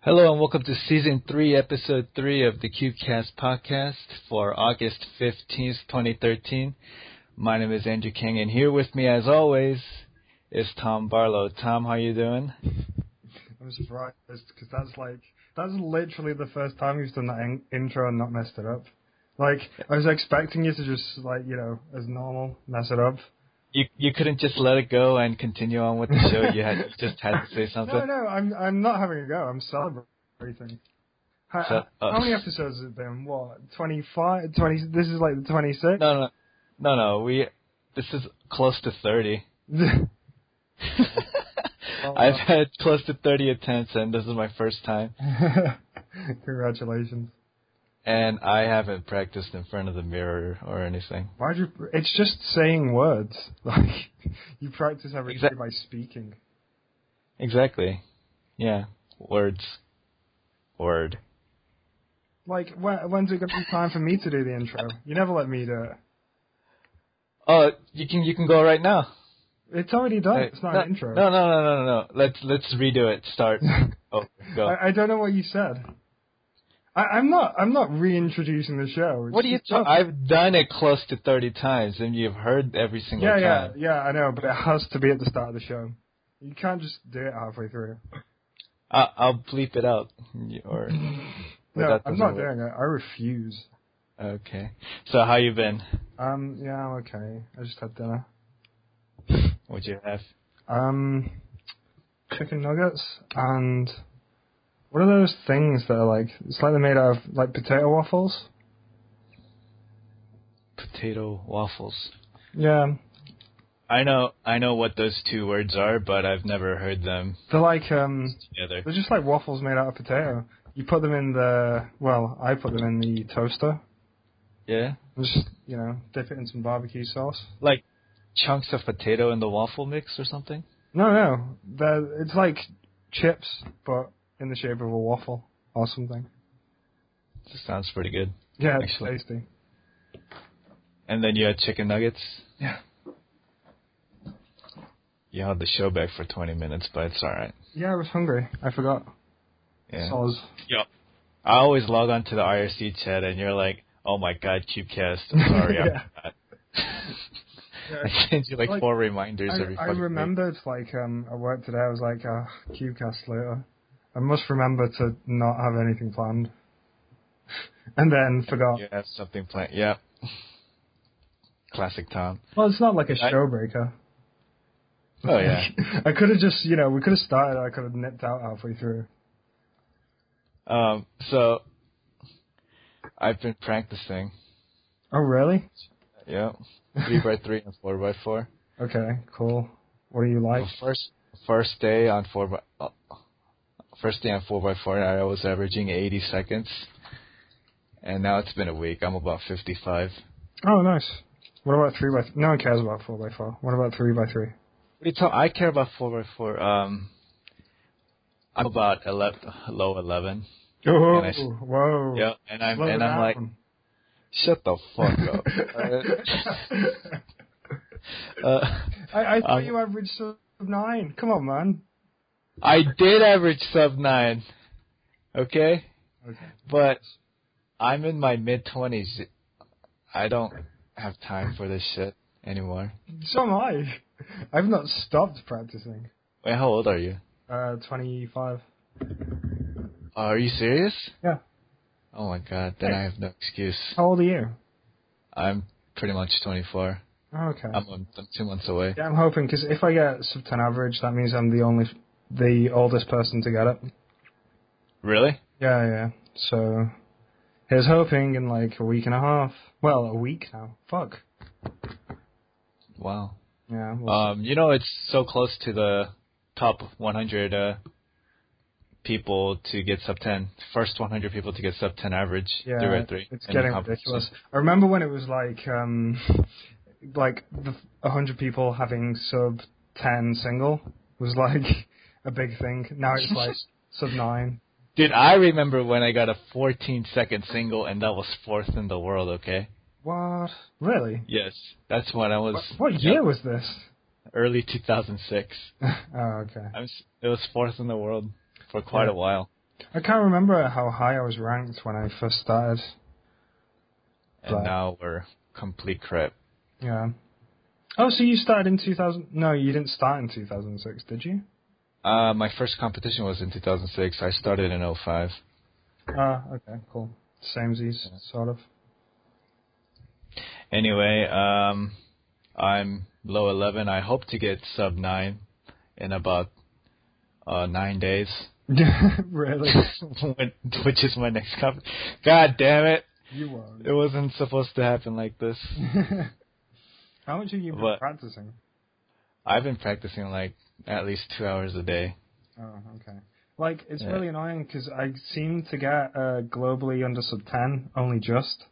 Hello and welcome to season three, episode three of the CubeCast podcast for August 15th, 2013. My name is Andrew King and here with me as always is Tom Barlow. Tom, how you doing? I'm surprised because that's like, that's literally the first time you've done that in- intro and not messed it up. Like, I was expecting you to just like, you know, as normal, mess it up. You, you couldn't just let it go and continue on with the show. You had you just had to say something. No, no, I'm I'm not having a go. I'm celebrating. How, So- oh. how many episodes has it been? What, 25? 20, this is like the 26th? no, no, no, no. We this is close to 30. I've had close to 30 attempts and this is my first time. Congratulations. And I haven't practiced in front of the mirror or anything. Why'd you, it's just saying words. Like, you practice every day Exact- by speaking. Exactly. Yeah. Words. Word. Like, when, when's it going to be time for me to do the intro? You never let me do it. Oh, you can you can go right now. It's already done. It's not no, an intro. No, no, no, no, no, no. Let's let's redo it. Start. oh, go. I, I don't know what you said. I, I'm not. I'm not reintroducing the show. It's what do you? just T- up. I've done it close to thirty times, and you've heard every single Yeah, yeah, time. yeah. I know, but it has to be at the start of the show. You can't just do it halfway through. I- I'll bleep it out. Or No, that I'm doesn't not work. doing it. I refuse. okay. So how you been? Um, yeah, I'm okay. I just had dinner. What you have? Um, chicken nuggets and what are those things that are like? It's like they're made out of like potato waffles. Potato waffles. Yeah, I know, I know what those two words are, but I've never heard them they're like um. together. They're just like waffles made out of potato. You put them in the well, I put them in the toaster. Yeah, And just you know, dip it in some barbecue sauce. like chunks of potato in the waffle mix or something. No, no, they're, it's like chips, but in the shape of a waffle or something. Just sounds pretty good. Yeah, it's Excellent. tasty. And then you had chicken nuggets. Yeah. You held the show back for 20 minutes, but it's all right. Yeah, I was hungry. I forgot. Yeah. Soz. I always log on to the IRC chat, and you're like, "Oh my God, CubeCast, I'm sorry, Yeah. I'm I send you like, Like, four reminders I, every. I fucking week. remembered like um, at work today. I was like, ah, oh, Qcast later. I must remember to not have anything planned. and then forgot. You have something planned. Yeah. Classic Tom. Well, it's not like a I- showbreaker. breaker. Oh yeah. I could have just, you know, we could have started. I could have nipped out halfway through. um. So. I've been practicing. Oh, really? Yeah. Three by three and four by four. Okay, cool. What do you like? Well, first first day on four by uh, first day on four by four, I was averaging eighty seconds, and now it's been a week. I'm about fifty five. Oh, nice. What about three by? Th- no one cares about four by four. What about three by three? What do you talk? I care about four by four. Um, I'm about 11, low eleven. Oh, I s- whoa. Yeah, and I'm Slow and it I'm like, down. shut the fuck up. Uh, uh, I, I thought Um, you averaged sub nine. Come on, man. I did average sub nine. Okay. Okay. But I'm in my mid twenties. I don't have time for this shit anymore. So am I. I've not stopped practicing. Wait, how old are you? Uh, twenty-five. Are you serious? Yeah. Oh my god, then Hey. I have no excuse. How old are you? I'm pretty much 24. Oh, okay. I'm, on, I'm two months away. Yeah, I'm hoping because if I get sub ten average, that means I'm the only, the oldest person to get it. Really? Yeah, yeah. So, here's hoping in like a week and a half. Well, a week now. Fuck. Wow. Yeah. We'll Um, you know it's so close to the top 100 uh, people to get sub 10. First 100 people to get sub 10 average. see. yeah. three by three It's in the getting competition. ridiculous. I remember when it was like, um, like the a hundred people having sub ten single was like a big thing. Now it's like sub nine. Dude, I remember when I got a 14 second single and that was fourth in the world, okay? What? Really? Yes. That's when I was. What, what year was this? Early 2006. oh, okay. I was, it was fourth in the world for quite Yeah. a while. I can't remember how high I was ranked when I first started. And Right. now we're complete crap. Yeah. Oh, so you started in 2000? No, you didn't start in 2006, did you? Uh, my first competition was in 2006. I started in 05. Ah, okay, cool. Samesies, sort of. Anyway, um, I'm low 11. I hope to get sub 9 in about uh, nine days, really? when- which is my next comp. God damn it! You won't. It wasn't supposed to happen like this. how much have you been But- practicing? I've been practicing like at least two hours a day. Oh, okay. Like, it's Yeah. really annoying because I seem to get uh, globally under sub 10, only just.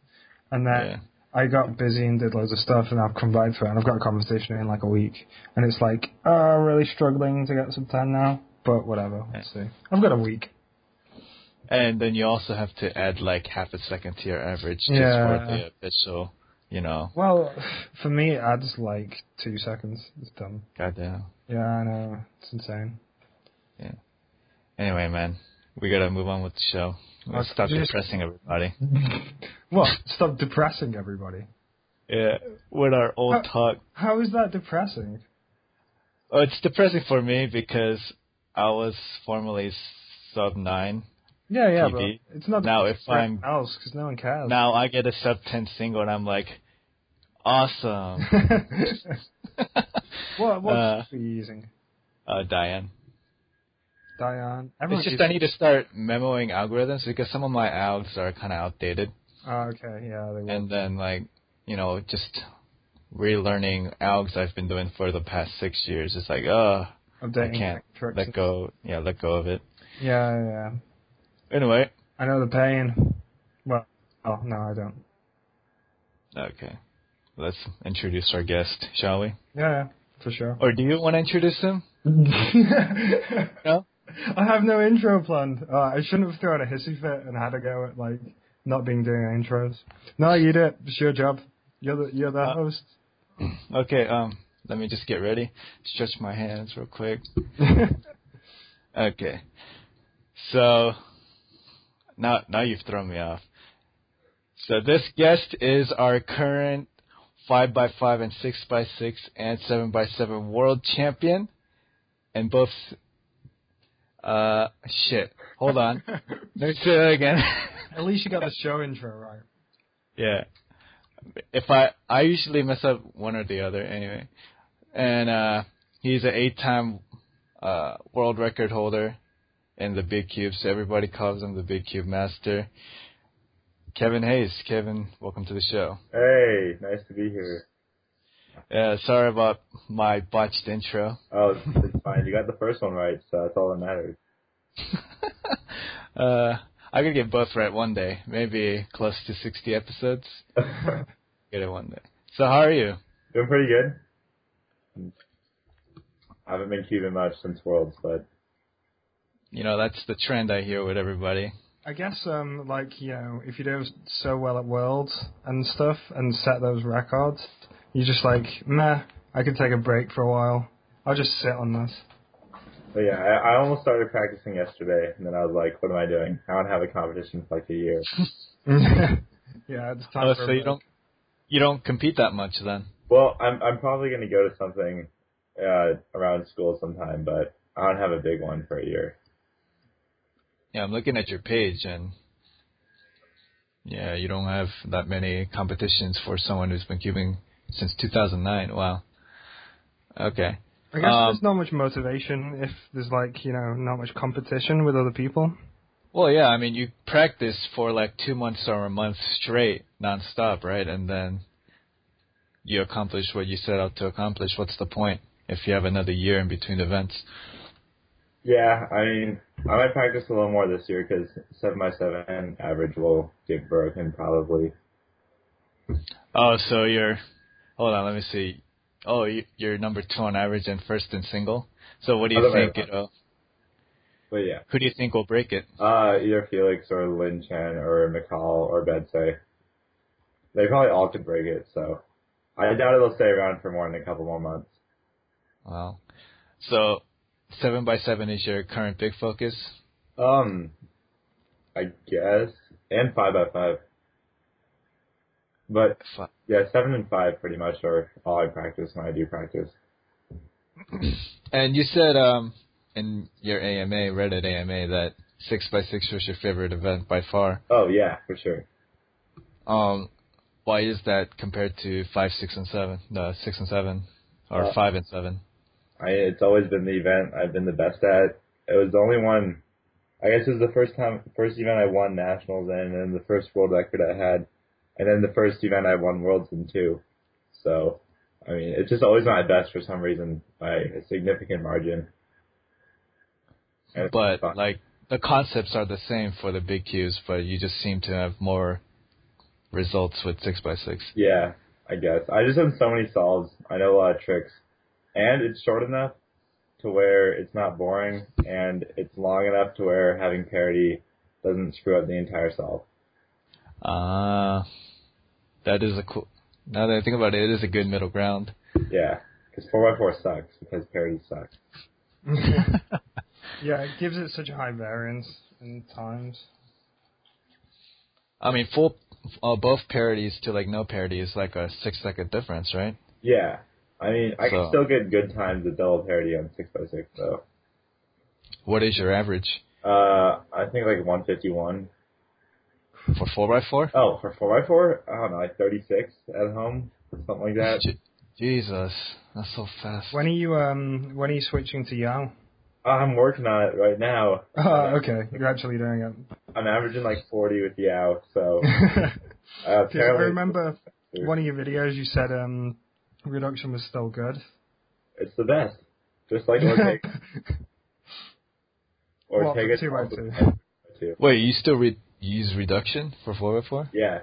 And then Yeah. I got busy and did loads of stuff, and I've come back to it, and I've got a conversation in like a week. And it's like, oh, I'm really struggling to get sub 10 now, but whatever. Let's see. I've got a week. And then you also have to add like half a second to your average just Yeah. for the official, you know, Well, for me, it adds like two seconds. It's dumb. goddamn. Yeah, I know. It's insane. Anyway, man, we gotta move on with the show. Let's Okay, stop just- depressing everybody. What? Stop depressing everybody. Yeah, with our old Huh. talk. How is that depressing? Oh, it's depressing for me because I was formerly sub nine. Yeah, yeah, TV. but it's not Now, if depressing for I'm- anyone else because no one cares. Now I get a sub ten single, and I'm like, awesome. what what Uh, are you using, uh, Diane. Diane? Everyone It's just I uses- need to start memoing algorithms because some of my algs are kind of outdated, Oh, okay, yeah, they will. and then like, you know, just relearning algs I've been doing for the past six years. It's like, oh, I Updating can't tricks let and- go. Yeah, let go of it. Yeah, yeah. Anyway, I know the pain. Well, oh no, I don't. okay. Let's introduce our guest, shall we? Yeah, yeah for sure. Or do you want to introduce him? no? No? I have no intro planned. Uh, I shouldn't have thrown a hissy fit and had a go at like not being doing intros. No, you did. it. It's your job. You're the you're the Uh, host. Okay, um, let me just get ready. Stretch my hands real quick. Okay. So now now you've thrown me off. So this guest is our current five by five and six by six and seven by seven world champion. And both uh shit. Hold on. Let me say that again. At least you got the show intro right. yeah. If I I usually mess up one or the other anyway. And uh he's an eight time uh world record holder in the big cube, so everybody calls him the big cube master. Kevin Hayes, Kevin, welcome to the show. Hey, nice to be here. Uh, sorry about my botched intro. Oh, it's, it's fine. You got the first one right, so that's all that matters. uh, I could get both right one day, maybe close to 60 episodes. Get it one day. So how are you? Doing pretty good. I haven't been Cuban much since Worlds, but You know, that's the trend I hear with everybody. I guess, um, like you know, if you do so well at Worlds and stuff and set those records, you're just like, meh. I could take a break for a while. I'll just sit on this. but yeah, I, I almost started practicing yesterday, and then I was like, "What am I doing? I want to have a competition for like a year." yeah, it's time Oh, for a so you break. don't you don't compete that much then? Well, I'm I'm probably gonna go to something uh, around school sometime, but I want to have a big one for a year. Yeah, I'm looking at your page and yeah, you don't have that many competitions for someone who's been cubing since 2009. Wow. Okay. I guess Um, there's not much motivation if there's like you know not much competition with other people. Well, yeah, I mean, you practice for like two months or a month straight, nonstop, right? And then you accomplish what you set out to accomplish. What's the point if you have another year in between events? Yeah, I mean, I might practice a little more this year because seven by seven average will get broken probably. Oh, so you're. Hold on, let me see. Oh, you- you're number two on average and first in single. So what do you Other way think? around. It, uh, But yeah, who do you think will break it? uh, either Felix or Lin Chen or McCall or Bedsay. They probably all could break it, so I doubt it'll stay around for more than a couple more months. Wow. So seven by seven is your current big focus. Um, I guess, and five by five. But Fi- yeah, seven and five pretty much are all I practice when I do practice. And you said um, in your AMA, Reddit AMA, that six by six was your favorite event by far. Oh yeah, for sure. Um, why is that compared to five, six, and seven? No, six and seven, or Uh, five and seven. I it's always been the event I've been the best at. It was the only one. I guess it was the first time, first event I won nationals in, and the first world record I had, and then the first event I won worlds in too. So, I mean, it's just always my best for some reason by a significant margin. And it's But fun. like the concepts are the same for the big cues, but you just seem to have more results with six by six. Yeah, I guess. I just have so many solves. I know a lot of tricks. And it's short enough to where it's not boring, and it's long enough to where having parity doesn't screw up the entire solve. Ah, that is a cool. Now that I think about it, it is a good middle ground. Yeah, because 4x4 sucks, because parity sucks. Yeah, it gives it such a high variance in times. I mean, full uh, both parodies to like no parody is like a six second difference, right? Yeah, I mean, I can So- still get good times at double parity on 6x6, though. What is your average Uh, I think like 151. for four by four? Oh, for 4x4? I don't know, like 36 at home? Something like that. Je- Jesus, that's so fast. When are you um when are you switching to Yao? I'm working on it right now. Oh, okay. You're actually doing it. I'm averaging like 40 with Yao, so 'Cause uh, I apparently remember one of your videos you said um reduction was still good. it's the best. Just like Ortega. Well, for Ortega's two by also two. the best by two. Wait, you still re- use reduction for four by four? Yeah,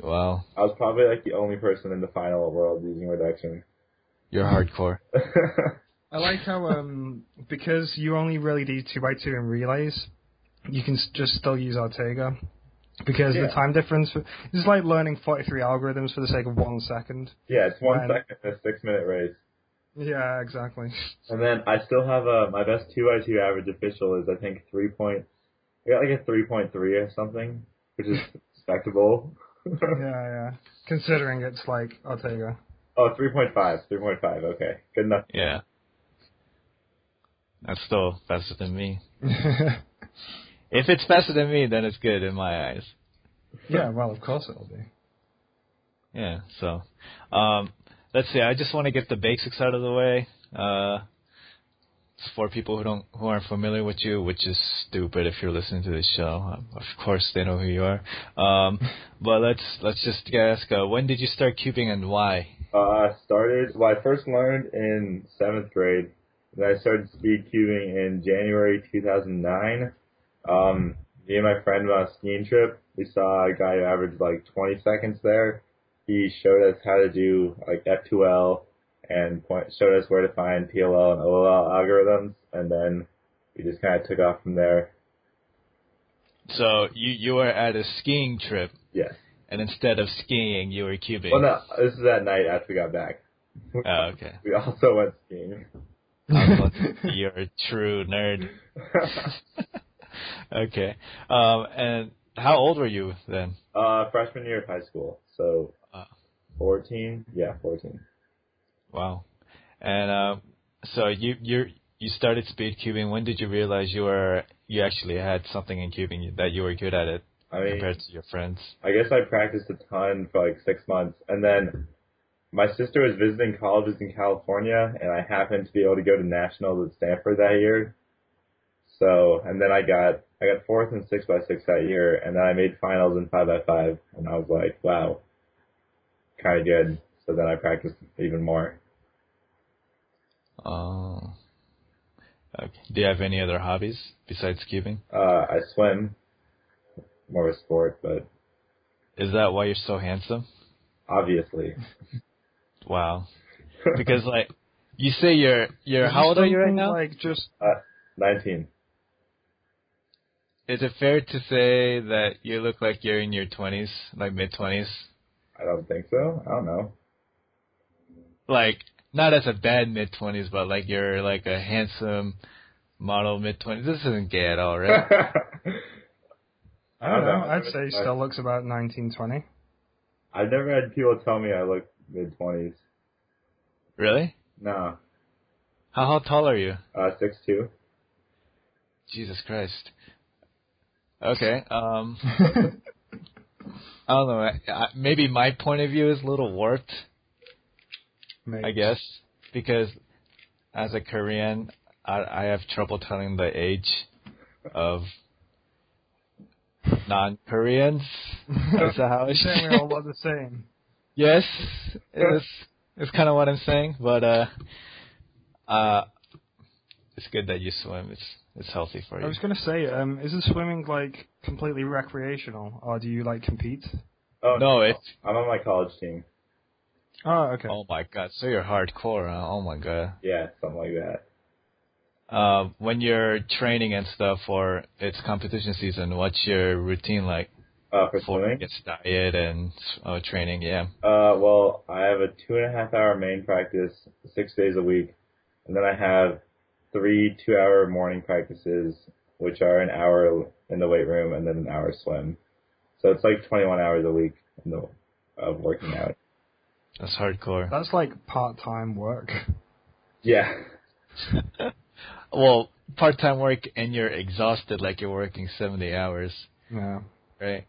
Wow, I was probably like the only person in the final world using reduction. you're hardcore. I like how um because you only really do two by two in relays, you can s- just still use Ortega because Yeah. the time difference is like learning 43 algorithms for the sake of one second. yeah, it's one Right. second in a six minute race. Yeah, exactly. And then I still have uh, my best 2 by 2 average official is I think 3 point, I got like a 3.3 or something, which is respectable. Yeah, yeah. Considering it's like Ortega. oh, 3.5, 3.5, okay. Good enough. Yeah, that's still faster than me. yeah, If it's faster than me, then it's good in my eyes. well, of course it'll be. Yeah. So, um, let's see. I just want to get the basics out of the way. Uh, it's for people who don't who aren't familiar with you, which is stupid if you're listening to this show. Um, of course, they know who you are. Um, but let's let's just ask. Uh, when did you start cubing and why? Uh, I started, well, I first learned in seventh grade. Then I started speed cubing in January 2009. Um, me and my friend went on a skiing trip. We saw a guy who averaged like 20 seconds there. He showed us how to do like F2L and point, showed us where to find PLL and OLL algorithms. And then we just kind of took off from there. So you you were at a skiing trip, Yes. and instead of skiing, you were cubing. Well, no, this is at night after we got back. Oh, okay. We also went skiing. I was like, you're a true nerd. okay. Um, and how old were you then? Uh, freshman year of high school. So, Ah. 14? Yeah, 14. Wow. And uh, so you you you started speed cubing. When did you realize you were you actually had something in cubing that you were good at it I mean, compared to your friends? I guess I practiced a ton for like six months. And then my sister was visiting colleges in California, and I happened to be able to go to nationals at Stanford that year. So, and then I got, I got fourth and six by six that year, and then I made finals in five by five, and I was like, wow, kind of good. So then I practiced even more. Oh. Okay. Do you have any other hobbies besides cubing? Uh, I swim, more of a sport, but Is that why you're so handsome? obviously. Wow. Because like you say you're you're how old are you right Something now? Like just 19. Is it fair to say that you look like you're in your twenties, like mid twenties? I don't think so. I don't know. Like not as a bad mid twenties, but like you're like a handsome model mid twenties. This isn't gay at all, right? I don't know. I'd I've say never- still looks about 1920. I've never had people tell me I look mid twenties. Really? No, How, how tall are you? uh, six two. Jesus Christ. Okay. Um, I don't know. I, I, maybe my point of view is a little warped, Maybe. I guess, because as a Korean, I, I have trouble telling the age of non-Koreans. Is that how You're it saying we all look the same. Yes, it's it's kind of what I'm saying, but uh, uh, it's good that you swim. It's it's healthy for I you. was gonna say, um, is the swimming like completely recreational, or do you like compete? Oh No, it's- I'm on my college team. Oh, okay. Oh my god, so you're hardcore. Huh? Oh my god. Yeah, something like that. Uh, when you're training and stuff for it's competition season, what's your routine like Uh, for for swimming. its diet and uh, training? Yeah. Uh, well, I have a two and a half hour main practice six days a week, and then I have three two hour morning practices, which are an hour in the weight room and then an hour swim. So it's like 21 hours a week in the, of working out. That's hardcore. That's like part-time work. Yeah. Well, part-time work and you're exhausted like you're working 70 hours, Yeah. right?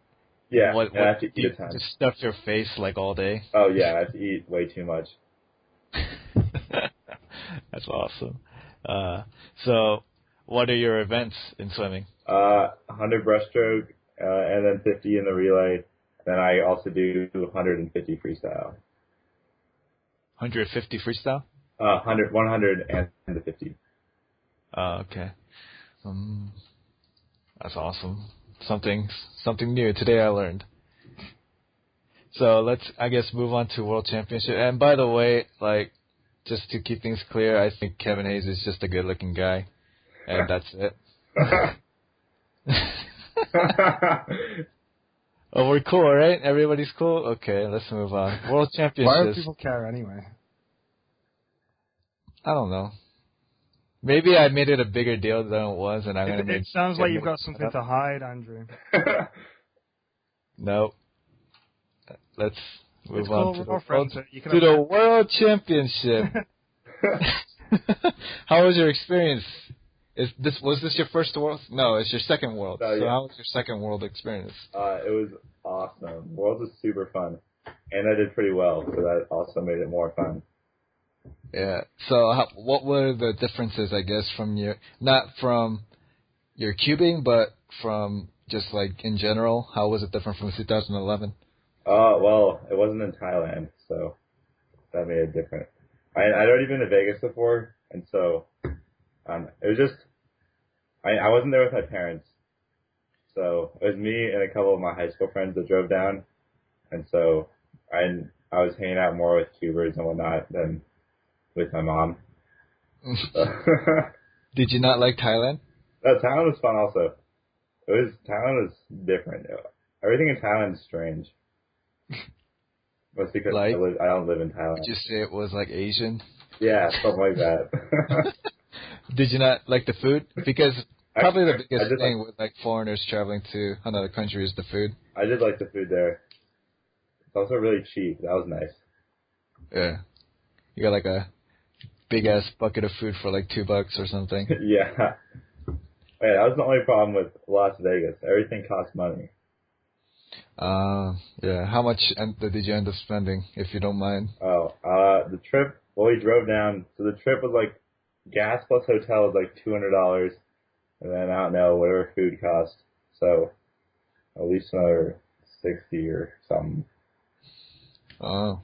Yeah. What, and I have to do eat you a ton. just stuff your face like all day? Oh yeah, I have to eat way too much. That's awesome. Uh, so, what are your events in swimming? Uh, 100 breaststroke, uh, and then 50 in the relay. Then I also do 150 freestyle. 150 freestyle? Uh, 100, 100 and the 50. Oh, okay. Um, that's awesome. Something something new today I learned. So let's I guess move on to World Championship. And by the way, like just to keep things clear, I think Kevin Hayes is just a good-looking guy, and that's it. Uh, oh, we're cool, right? Everybody's cool. Okay, let's move on. World Why do Championships. people care anyway? I don't know. Maybe I made it a bigger deal than it was, and I'm gonna It, make. it sounds like you've make- got something to hide, Andrew. No. Let's move it's on to cool. We're the, oh, all friends. world, You can to have- the World Championship. how was your experience? Is this was this your first world? No, it's your second world. Oh, So yeah. how was your second world experience? Uh, it was awesome. Worlds was super fun, and I did pretty well, so that also made it more fun. Yeah. So how, what were the differences, I guess, from your not from your cubing, but from just like in general, how was it different from 2011? Uh, well, it wasn't in Thailand, so that made it different. I I'd already been to Vegas before, and so um, it was just I I wasn't there with my parents, so it was me and a couple of my high school friends that drove down, and so I I was hanging out more with cubers and whatnot than with my mom. So- Did you not like Thailand? No, Thailand was fun also. It was Thailand was different. Everything in Thailand is strange. Mostly because Like? I, live, I don't live in Thailand. Did you say it was like Asian? Yeah, something like that. Did you not like the food? Because probably the I- I biggest did thing with like foreigners traveling to another country is the food. I did like the food there. It's also really cheap. That was nice. Yeah, you got like a big ass bucket of food for like two bucks or something. yeah. Yeah, that was the only problem with Las Vegas. Everything costs money. Uh, yeah. How much en- did you end up spending, if you don't mind? Oh, uh, the trip. Well, we drove down. So the trip was like gas plus hotel was like two hundred dollars, and then I don't know whatever food cost. So at least another sixty or something. Oh.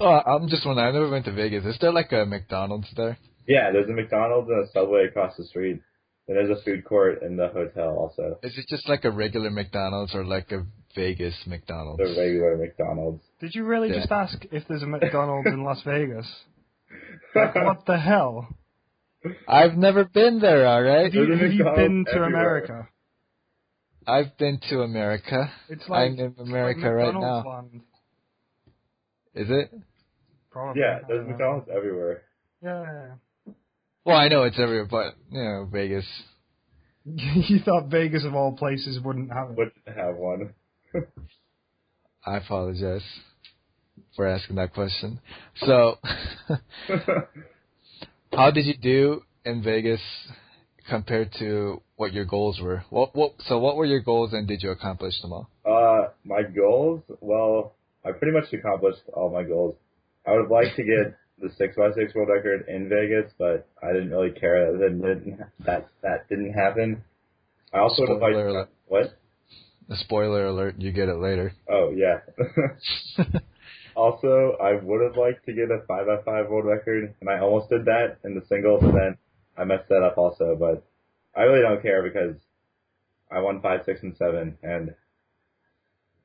Oh, I'm just wondering. I've never been to Vegas. Is there like a McDonald's there? Yeah, there's a McDonald's and a Subway across the street. And there's a food court in the hotel also. Is it just like a regular McDonald's or like a Vegas McDonald's? The regular McDonald's. Did you really Yeah. just ask if there's a McDonald's in Las Vegas? Like, what the hell? I've never been there. All right. Have you, There's a have you been McDonald's to everywhere. America? I've been to America. It's like I'm in it's like America right McDonald's now. Land, Is it? probably. Yeah, I there's don't know. McDonald's everywhere. Yeah, yeah, yeah. Well, I know it's everywhere, but you know, Vegas. you thought Vegas of all places wouldn't have it. Wouldn't have one. I apologize for asking that question. So, how did you do in Vegas compared to what your goals were? What, what, so, what were your goals and did you accomplish them all? Uh, my goals. Well, I pretty much accomplished all my goals. I would like to get the six by six world record in Vegas, but I didn't really care that that didn't, that, that didn't happen. I also would have Spoiler liked alert. what? A spoiler alert, you get it later. Oh yeah. also, I would have liked to get a five by five world record, and I almost did that in the singles, and then I messed that up also. But I really don't care because I won five, six, and seven, and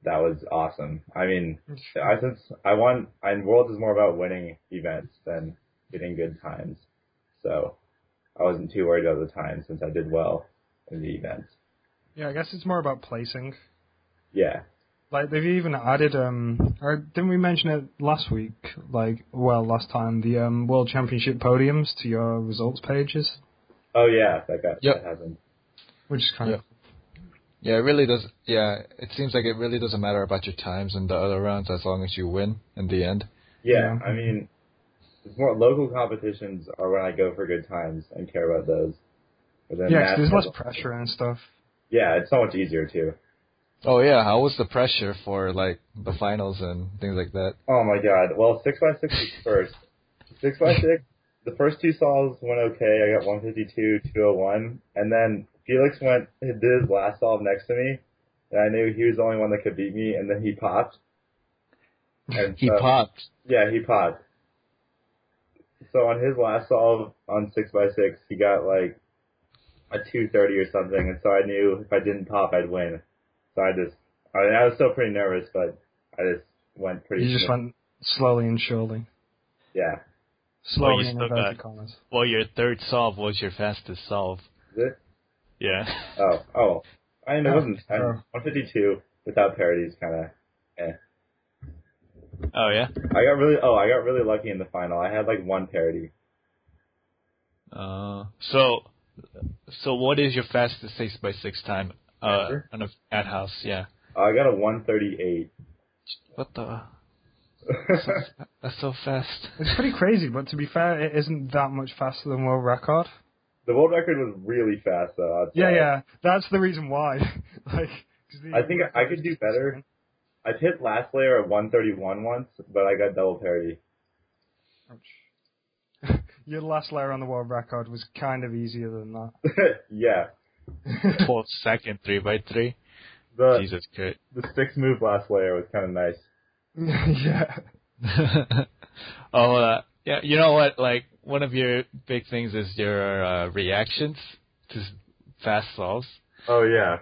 that was awesome. I mean, I since I won, I Worlds is more about winning events than getting good times. So I wasn't too worried about the time since I did well in the events. Yeah, I guess it's more about placing. Yeah. Like they've even added um or didn't we mention it last week? Like well last time, the um world championship podiums to your results pages. Oh yeah, that got Yep. that happened. Which is kind of Yeah, it really does. Yeah, it seems like it really doesn't matter about your times in the other rounds as long as you win in the end. Yeah, Yeah. I mean, it's more local competitions are when I go for good times and care about those. But then Yeah, 'cause there's nationals- less pressure and stuff. Yeah, it's so much easier too. Oh yeah, how was the pressure for like the finals and things like that? Oh my god. Well, six by six is first. Six by six. The first two saws went okay. I got 152, 201, and then Felix went did his last solve next to me, and I knew he was the only one that could beat me, and then he popped. And uh, He so- popped. Yeah, he popped. So on his last solve on six by six, he got like a two thirty or something, and so I knew if I didn't pop, I'd win. So I just, I mean, I was still pretty nervous, but I just went pretty. You just smooth. went slowly and surely. Yeah. Slowly you in still inverted got- commas. Well, your third solve was your fastest solve. Is it? Yeah. Oh, oh. I mean, it Oh, wasn't. I oh. 152 without parodies, kind of. Oh yeah. I got really. Oh, I got really lucky in the final. I had like one parody. Uh, so, so what is your fastest six by six time? Uh, Ever? on a, at house, yeah. Oh, I got a 138. What the? That's so fast. It's pretty crazy, but to be fair, it isn't that much faster than world record. the world record was really fast, though. I'd Yeah, say. yeah, that's the reason why. like, 'cause the- I think I could do better. I've hit last layer at 131 once, but I got double parody. Ouch. Your last layer on the world record was kind of easier than that. yeah. Twelve second three by three. The Jesus Christ. the six move last layer was kind of nice. yeah. oh uh, yeah, you know what? Like one of your big things is your uh, reactions to s- fast solves. Oh yeah.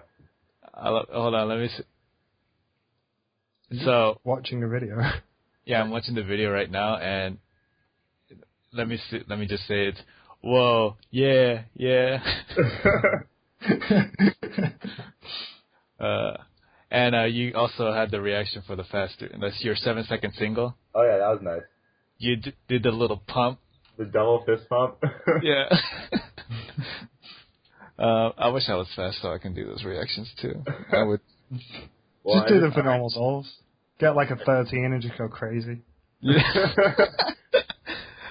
i hold on, let me. See. So Watching a video. Yeah, I'm watching the video right now, and let me see, let me just say it's whoa, yeah, yeah, uh, and uh, you also had the reaction for the faster. That's your seven second single. oh yeah, that was nice. You d- did the little pump. The double fist pump. Yeah. uh, I wish I was fast so I can do those reactions too. I would. Well, Just do I- them for normal solves. Get like a 13 and just go crazy.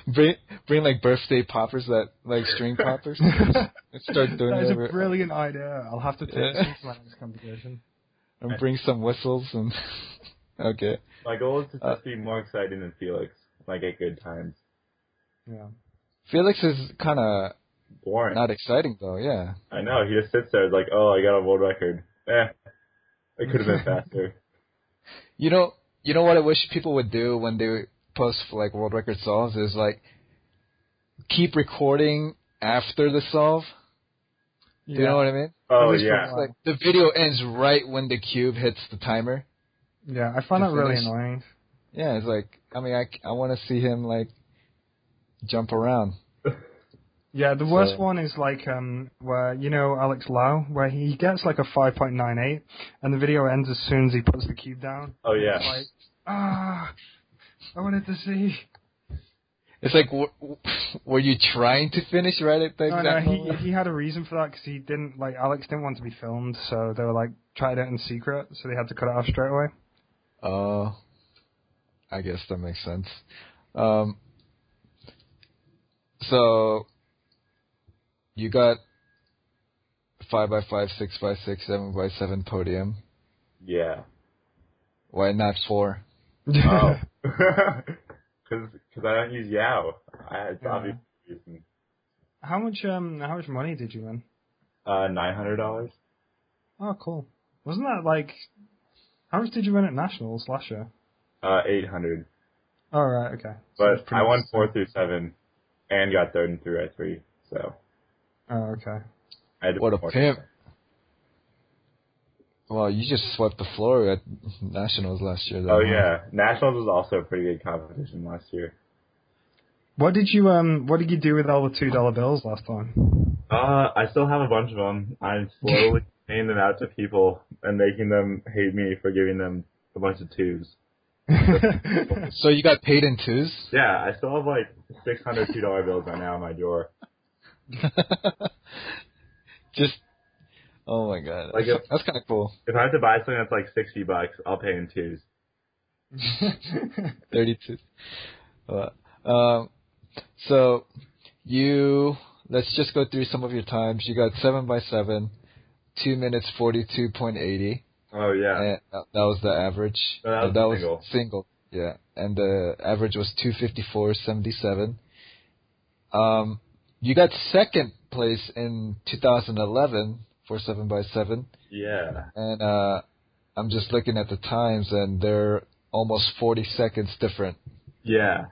Bring bring like birthday poppers that like string poppers. and Start doing That is every- a brilliant idea. I'll have to take Yeah. this into my next competition. and bring some whistles and okay. My goal is to just Uh, be more exciting than Felix. Like at good times. Yeah. Felix is kind of Boring. not exciting though. Yeah, I know. He just sits there. It's like, oh, I got a world record. Eh. It could have been faster. you know, you know what I wish people would do when they post like world record solves is like keep recording after the solve. Do you Yeah. know what I mean? Oh least for yeah. now. Like the video ends right when the cube hits the timer. Yeah, I find To that really finish. annoying. Yeah, it's like I mean I want to see him like jump around. Yeah, the worst So- one is like um where you know Alex Lau, where he gets like a five point nine eight, and the video ends as soon as he puts the cube down. Oh yeah. It's like ah, I wanted to see. It's like, w- w- were you trying to finish right at the No, exact no, he moment? he had a reason for that because he didn't like Alex didn't want to be filmed, so they were like tried it in secret, so they had to cut it off straight away. Oh, I guess that makes sense. Um, so you got five by five, six by six, seven by seven podium. Yeah. Why not four? Oh. Because I don't use Yao. I, it's Yeah. obvious reason. how much um how much money did you win? Uh, nine hundred dollars. Oh, cool. Wasn't that like how much did you win at nationals last year? Uh, eight hundred. Oh right, okay. So it's But pretty I won much- four through seven, and got third and three at three. So Oh okay. I had to What a perform. pimp. Well, you just swept the floor at nationals last year. Though, Oh Uh-huh. huh? yeah, nationals was also a pretty good competition last year. What did you um what did you do with all the two dollar bills last time? Uh, I still have a bunch of them. I'm slowly handing them out to people and making them hate me for giving them a bunch of twos. So you got paid in twos. Yeah, I still have like six hundred two dollar bills right now in my drawer. just oh my god, Like that's, if- that's kind of cool. If I have to buy something that's like sixty bucks, I'll pay in twos. Thirty-two. Uh, um, so you let's just go through some of your times. You got seven by seven, two minutes forty-two point eighty. Oh yeah. And that that was the average. No, that was Uh, the single. Yeah, and the average was two fifty four seventy seven. Um, you got second place in two thousand eleven for seven by seven, yeah. and uh, I'm just looking at the times, and they're almost forty seconds different. Yeah.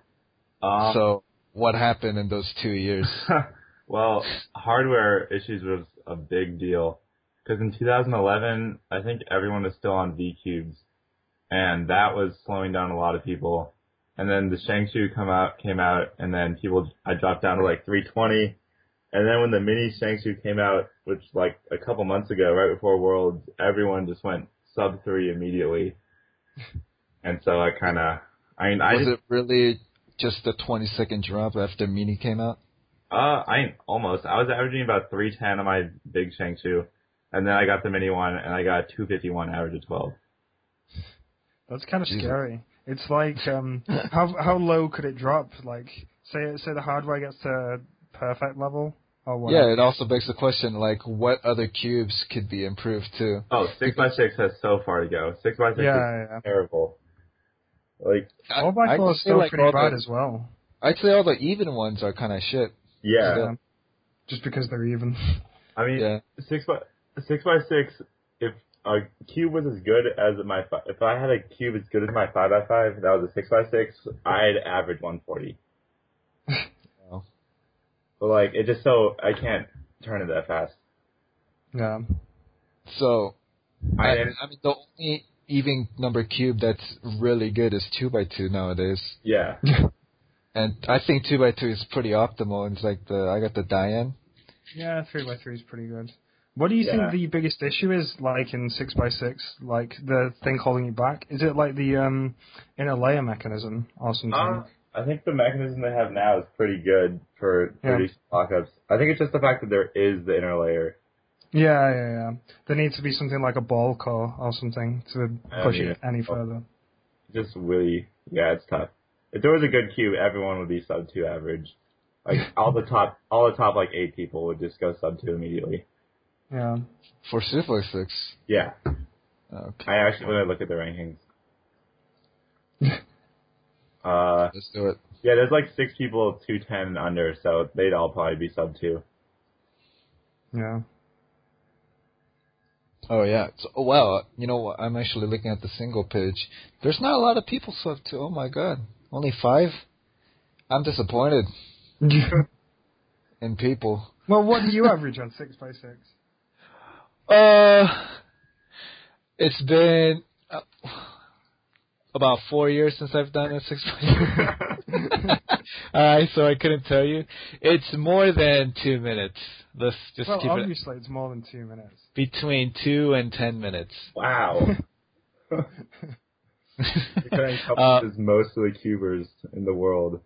Um, so what happened in those two years? well, hardware issues was a big deal because in 2011, I think everyone was still on V cubes, and that was slowing down a lot of people. And then the Shangshu come out came out, and then people I dropped down to like 320. And then when the mini Shangshu came out, which like a couple months ago, right before Worlds, everyone just went sub three immediately. And so I kind of, I mean, I was just- it really just the twenty second drop after Mini came out? Uh, I almost. I was averaging about 310 on my big Shang Chu, and then I got the mini one, and I got a 251 average of 12. That's kind of Jesus. scary. It's like um how how low could it drop? Like say say the hardware gets to perfect level or what? Yeah, it also begs the question like what other cubes could be improved too. Oh, six by six has so far to go. Six by six is yeah, yeah. terrible. Like, All black I'd hole is say, still like, pretty all bad the- as well, I'd say all the even ones are kind of shit. yeah. Yeah. just because they're even. I mean, Yeah. six by six by six. If a cube was as good as my, fi- if I had a cube as good as my five by five, that was a six by six. I'd average 140. Wow. But like, it just so I can't turn it that fast. Yeah. So I, I, I mean, the only even number cube that's really good is two by two nowadays, yeah. and I think two by two is pretty optimal. It's like the I got the Diane. Yeah, three by three is pretty good. What do you Yeah. think the biggest issue is, like in six by six, like the thing holding you back? Is it like the um inner layer mechanism or something? Uh, I think the mechanism they have now is pretty good for Yeah. producing lockups. I think it's just the fact that there is the inner layer. yeah, yeah, yeah. There needs to be something like a ball core or something to I push mean, it any oh. further. Just really, yeah, it's tough. If there was a good queue, everyone would be sub two average. Like all the top, all the top like eight people would just go sub two immediately. Yeah. For Super Six. Yeah, Okay. I actually when I look at the rankings. uh, Let's do it. yeah, there's like six people two ten and under, so they'd all probably be sub two. Yeah. Oh yeah. So, oh wow. You know what? I'm actually looking at the single page. There's not a lot of people sub to. Oh my god. Only five. I'm disappointed in people. well, what do you average on six by six? Uh, it's been uh, about four years since I've done a six by All right, so I couldn't tell you. It's more than two minutes. Let's just Well, keep it obviously it's more than two minutes. between two and ten minutes. Wow. Uh, It kind of encompasses most of the cubers in the world.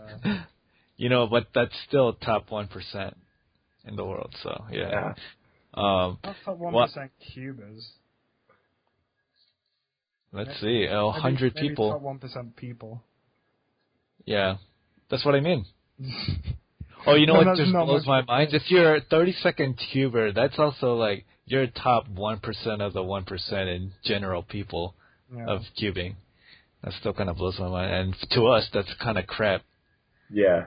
you know, but that's still top one percent in the world. So yeah. Yeah. Um, That's top one What- percent Cubans. let's see, a Maybe- hundred maybe people. Top one percent people. Yeah, that's what I mean. Oh, you know No, what that's just not blows much my mind? If you're a 30 second cuber, that's also like your top 1% of the 1% in general people Yeah. of cubing. That still kind of blows my mind. And f- to us, that's kind of crap, Yeah.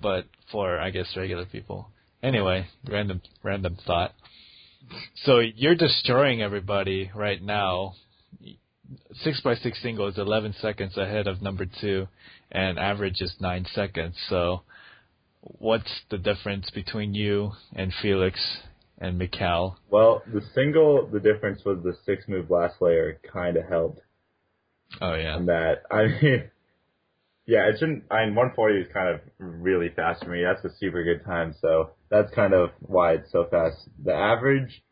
but for, I guess, regular people. Anyway, random, random thought. So you're destroying everybody right now. 6 by 6 single is 11 seconds ahead of number 2, and average is 9 seconds. So what's the difference between you and Felix and Mikal? Well, the single, the difference was the six move last layer kind of helped Oh, yeah. on that. I mean, yeah, it shouldn't. I mean, 140 is kind of really fast for me. That's a super good time, so that's kind of why it's so fast. The average,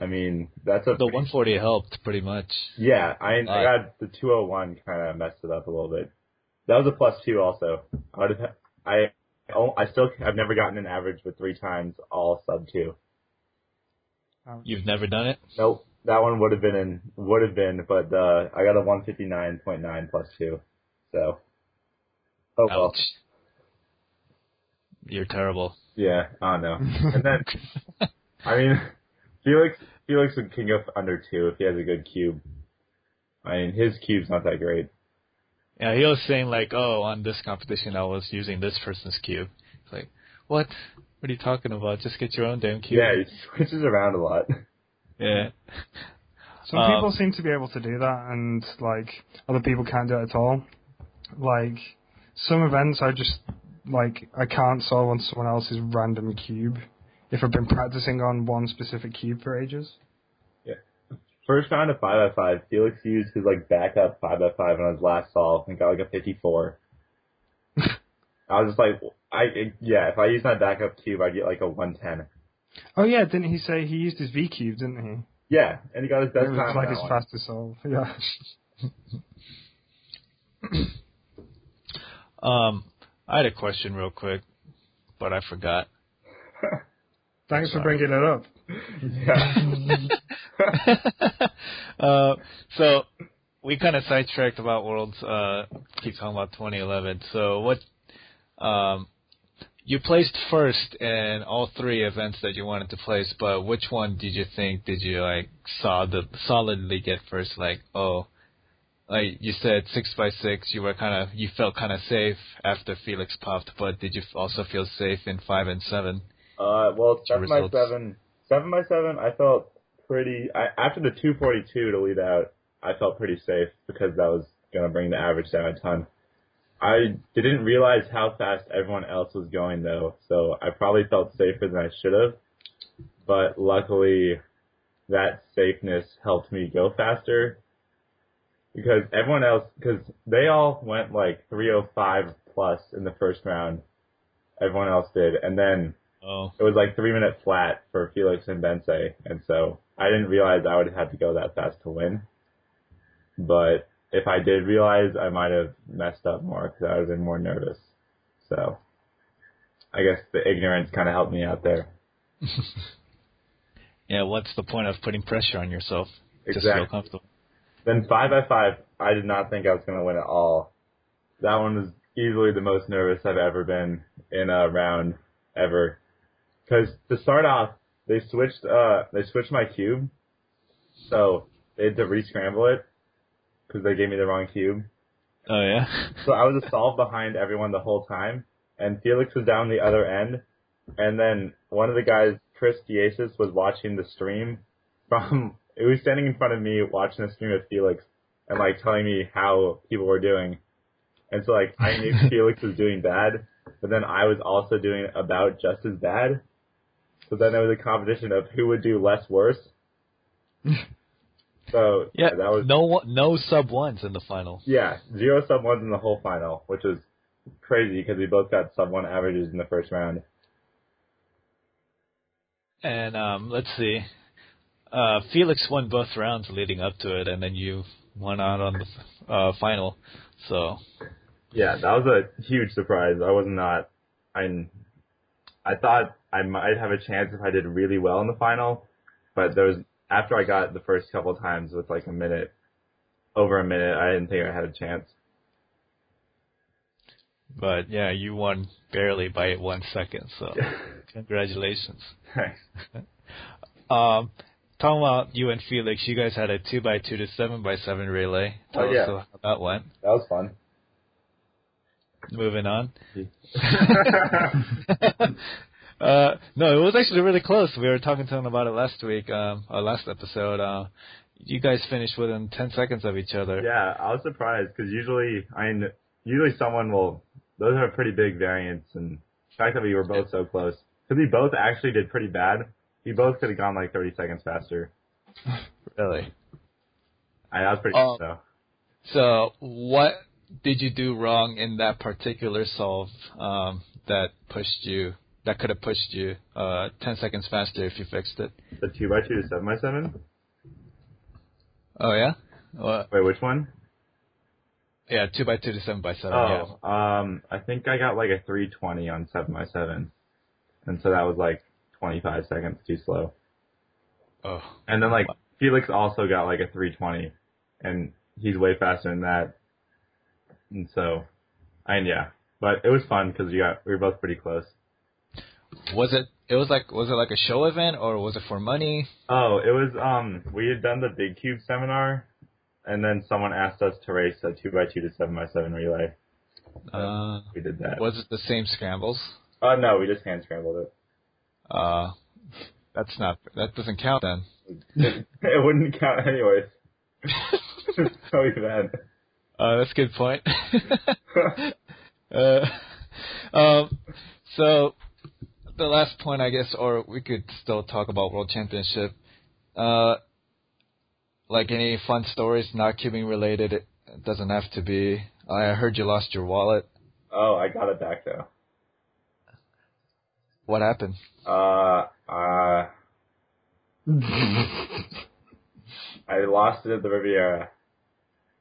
I mean, that's a The pretty- 140 helped pretty much. Yeah, I, I Uh, got the 201 kind of messed it up a little bit. That was a plus two also. I would have, I oh, I still I've never gotten an average with three times all sub two. You've never done it? Nope, that one would have been in would have been, but uh, I got a 159.9 plus two. So, oh well, Ouch. You're terrible. yeah, I don't know. And then I mean, Felix Felix would can go under two if he has a good cube. I mean, his cube's not that great. Yeah, he was saying like, "Oh, on this competition, I was using this person's cube." It's like, what? What are you talking about? Just get your own damn cube. Yeah, he switches around a lot. yeah. Some Um, people seem to be able to do that, and like other people can't do it at all. Like some events, I just like I can't solve on someone else's random cube if I've been practicing on one specific cube for ages. first round of five by five, Felix used his like backup five by five on his last solve and got like a fifty four. I was just like, I yeah, if I used my backup cube, I'd get like a one ten. Oh yeah, didn't he say he used his V cube, didn't he? Yeah, and he got his best it time. was on like that his one. fastest solve. Yeah. Um, I had a question real quick, but I forgot. Thanks for bringing it up. uh, so we kind of sidetracked about worlds. Uh, keep talking about 2011. So what? Um, you placed first in all three events that you wanted to place, but which one did you think did you like saw the solidly get first? Like oh, like you said six by six. You were kind of you felt kind of safe after Felix popped, but did you also feel safe in five and seven? Uh, well, seven by results. seven, seven by seven. I felt pretty. I, after the two forty two to lead out, I felt pretty safe because that was gonna bring the average down a ton. I didn't realize how fast everyone else was going though, so I probably felt safer than I should have. But luckily, that safeness helped me go faster because everyone else, because they all went like 305 plus in the first round. Everyone else did, and then Oh, it was like three minute flat for Felix and Bense, and so I didn't realize I would have had to go that fast to win. But if I did realize, I might have messed up more because I would have been more nervous. So I guess the ignorance kind of helped me out there. yeah. What's the point of putting pressure on yourself? Just feel Exactly. comfortable. Then five by five, I did not think I was going to win at all. That one was easily the most nervous I've ever been in a round ever. Because to start off, they switched uh they switched my cube, so they had to re-scramble it because they gave me the wrong cube. Oh yeah. So I was a solve behind everyone the whole time, and Felix was down the other end, and then one of the guys, Chris Diasis, was watching the stream from. He was standing in front of me watching the stream of Felix, and like telling me how people were doing, and so like I knew Felix was doing bad, but then I was also doing about just as bad. So then there was a competition of who would do less worse. So Yeah, that was no one, no sub ones in the final. yeah, zero sub ones in the whole final, which was crazy because we both got sub one averages in the first round. And um, let's see, uh, Felix won both rounds leading up to it, and then you won out on the uh, final. So Yeah, that was a huge surprise. I was not. I I thought I might have a chance if I did really well in the final, but there was after I got the first couple of times with like a minute, over a minute, I didn't think I had a chance. But yeah, you won barely by one second, so congratulations. Thanks. Um, talking about you and Felix, you guys had a two by two to seven by seven relay. Tell Oh, yeah. us how that went. That was fun. Moving on. uh, no, it was actually really close. We were talking to him about it last week, um, or last episode. Uh, you guys finished within 10 seconds of each other. Yeah, I was surprised because usually, I mean, usually someone will. Those are pretty big variants, and the fact that we were both so close because we both actually did pretty bad. We both could have gone like 30 seconds faster. Really? I, that was pretty Oh. good though. So, what did you do wrong in that particular solve um, that pushed you, that could have pushed you uh, 10 seconds faster if you fixed it? The two by two to seven by seven. Oh, yeah? Well, Wait, which one? yeah, 2 by 2 to 7 by 7. Uh, yeah. Oh, um, I think I got like a 320 on seven by seven, and so that was like 25 seconds too slow. Oh. And then like Felix also got like a 320, and he's way faster than that. And so, and yeah, but it was fun because we got we were both pretty close. Was it? It was like was it like a show event or was it for money? Oh, it was um we had done the big cube seminar, and then someone asked us to race a two by two to seven by seven relay. Uh, We did that. was it the same scrambles? Oh no, we just hand scrambled it. Uh, that's not. That doesn't count then. it wouldn't count anyways. It's so event. Uh, that's a good point. uh, um, so the last point, I guess, or we could still talk about World Championship. Uh, like any fun stories, not cubing related. It doesn't have to be. I heard you lost your wallet. Oh, I got it back though. What happened? Uh, uh, I lost it at the Riviera.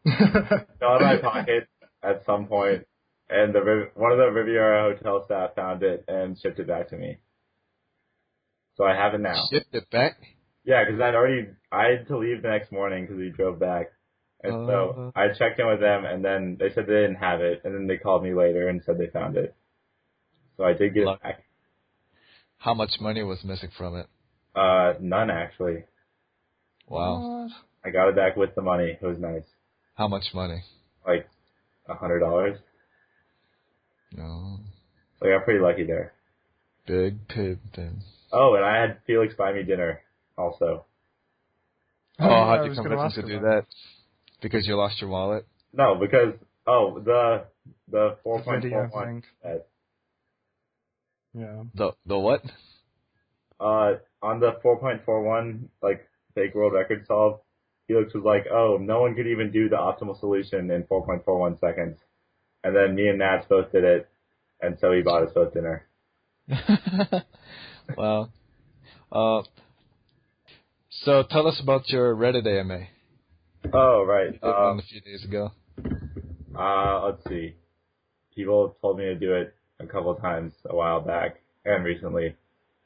fell in my pocket at some point, and the Riv- one of the Riviera hotel staff found it and shipped it back to me. So I have it now. Shipped it back. Yeah, because I'd already I had to leave the next morning because we drove back, and so I checked in with them, and then they said they didn't have it, and then they called me later and said they found it. So I did get Luck. it back. How much money was missing from it? Uh, none actually. Wow. I got it back with the money. It was nice, How much money? like a hundred dollars. No. So I got pretty lucky there. Big pig then. Oh, and I had Felix buy me dinner also. Oh, I how'd you was come gonna up ask to do that? about Because you lost your wallet? No, because oh the the four the point four video one. thing. Yeah. The the what? Uh, on the four point four one like fake world record solve, Felix was like, oh, no one could even do the optimal solution in four point four one seconds, and then me and Nats both did it, and so he bought us both dinner. well, uh, so tell us about your Reddit AMA. Oh right. You did Um, one a few days ago. Uh, let's see. People told me to do it a couple times a while back and recently.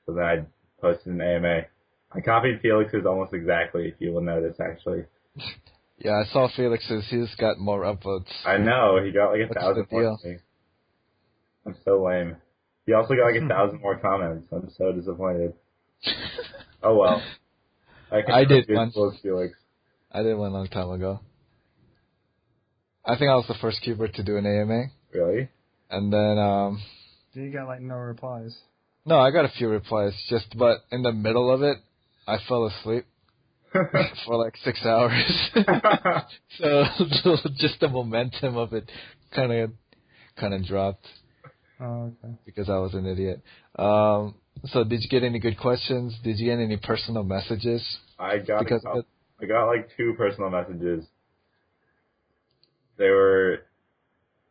So then I posted an AMA. I copied Felix's almost exactly, if you will notice, actually. Yeah, I saw Felix's. He's got more upvotes. I know, he got like a What's the thousand deal? more than me. I'm so lame. He also got like a thousand more comments. I'm so disappointed. Oh well. I, can I did do as once. well as Felix. I did one a long time ago. I think I was the first cuber to do an AMA. Really? And then, um, Do you get like no replies? no, I got a few replies just, but in the middle of it, I fell asleep. for like six hours. so just the momentum of it kind of kind of dropped Oh, okay. because I was an idiot. Um, so did you get any good questions? Did you get any personal messages? I got a Because uh, couple- of it? I got like two personal messages. They were,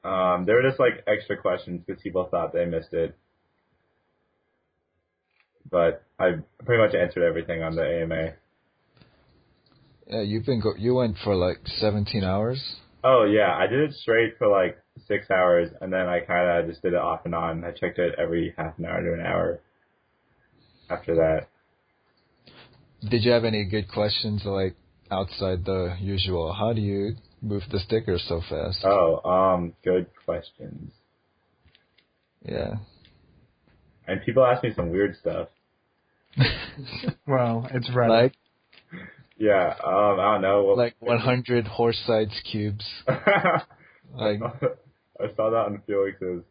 um, they were just like extra questions because people thought they missed it. But I pretty much answered everything on the AMA. Yeah, you've been go- you went for like 17 hours. Oh yeah, I did it straight for like six hours, and then I kind of just did it off and on. I checked it every half an hour to an hour. After that, Did you have any good questions like outside the usual? How do you move the stickers so fast? oh, um, good questions. yeah. And people ask me some weird stuff. Well, it's red. like Yeah, um, I don't know. Well, like 100 horse size cubes. Like I saw that on Felix's.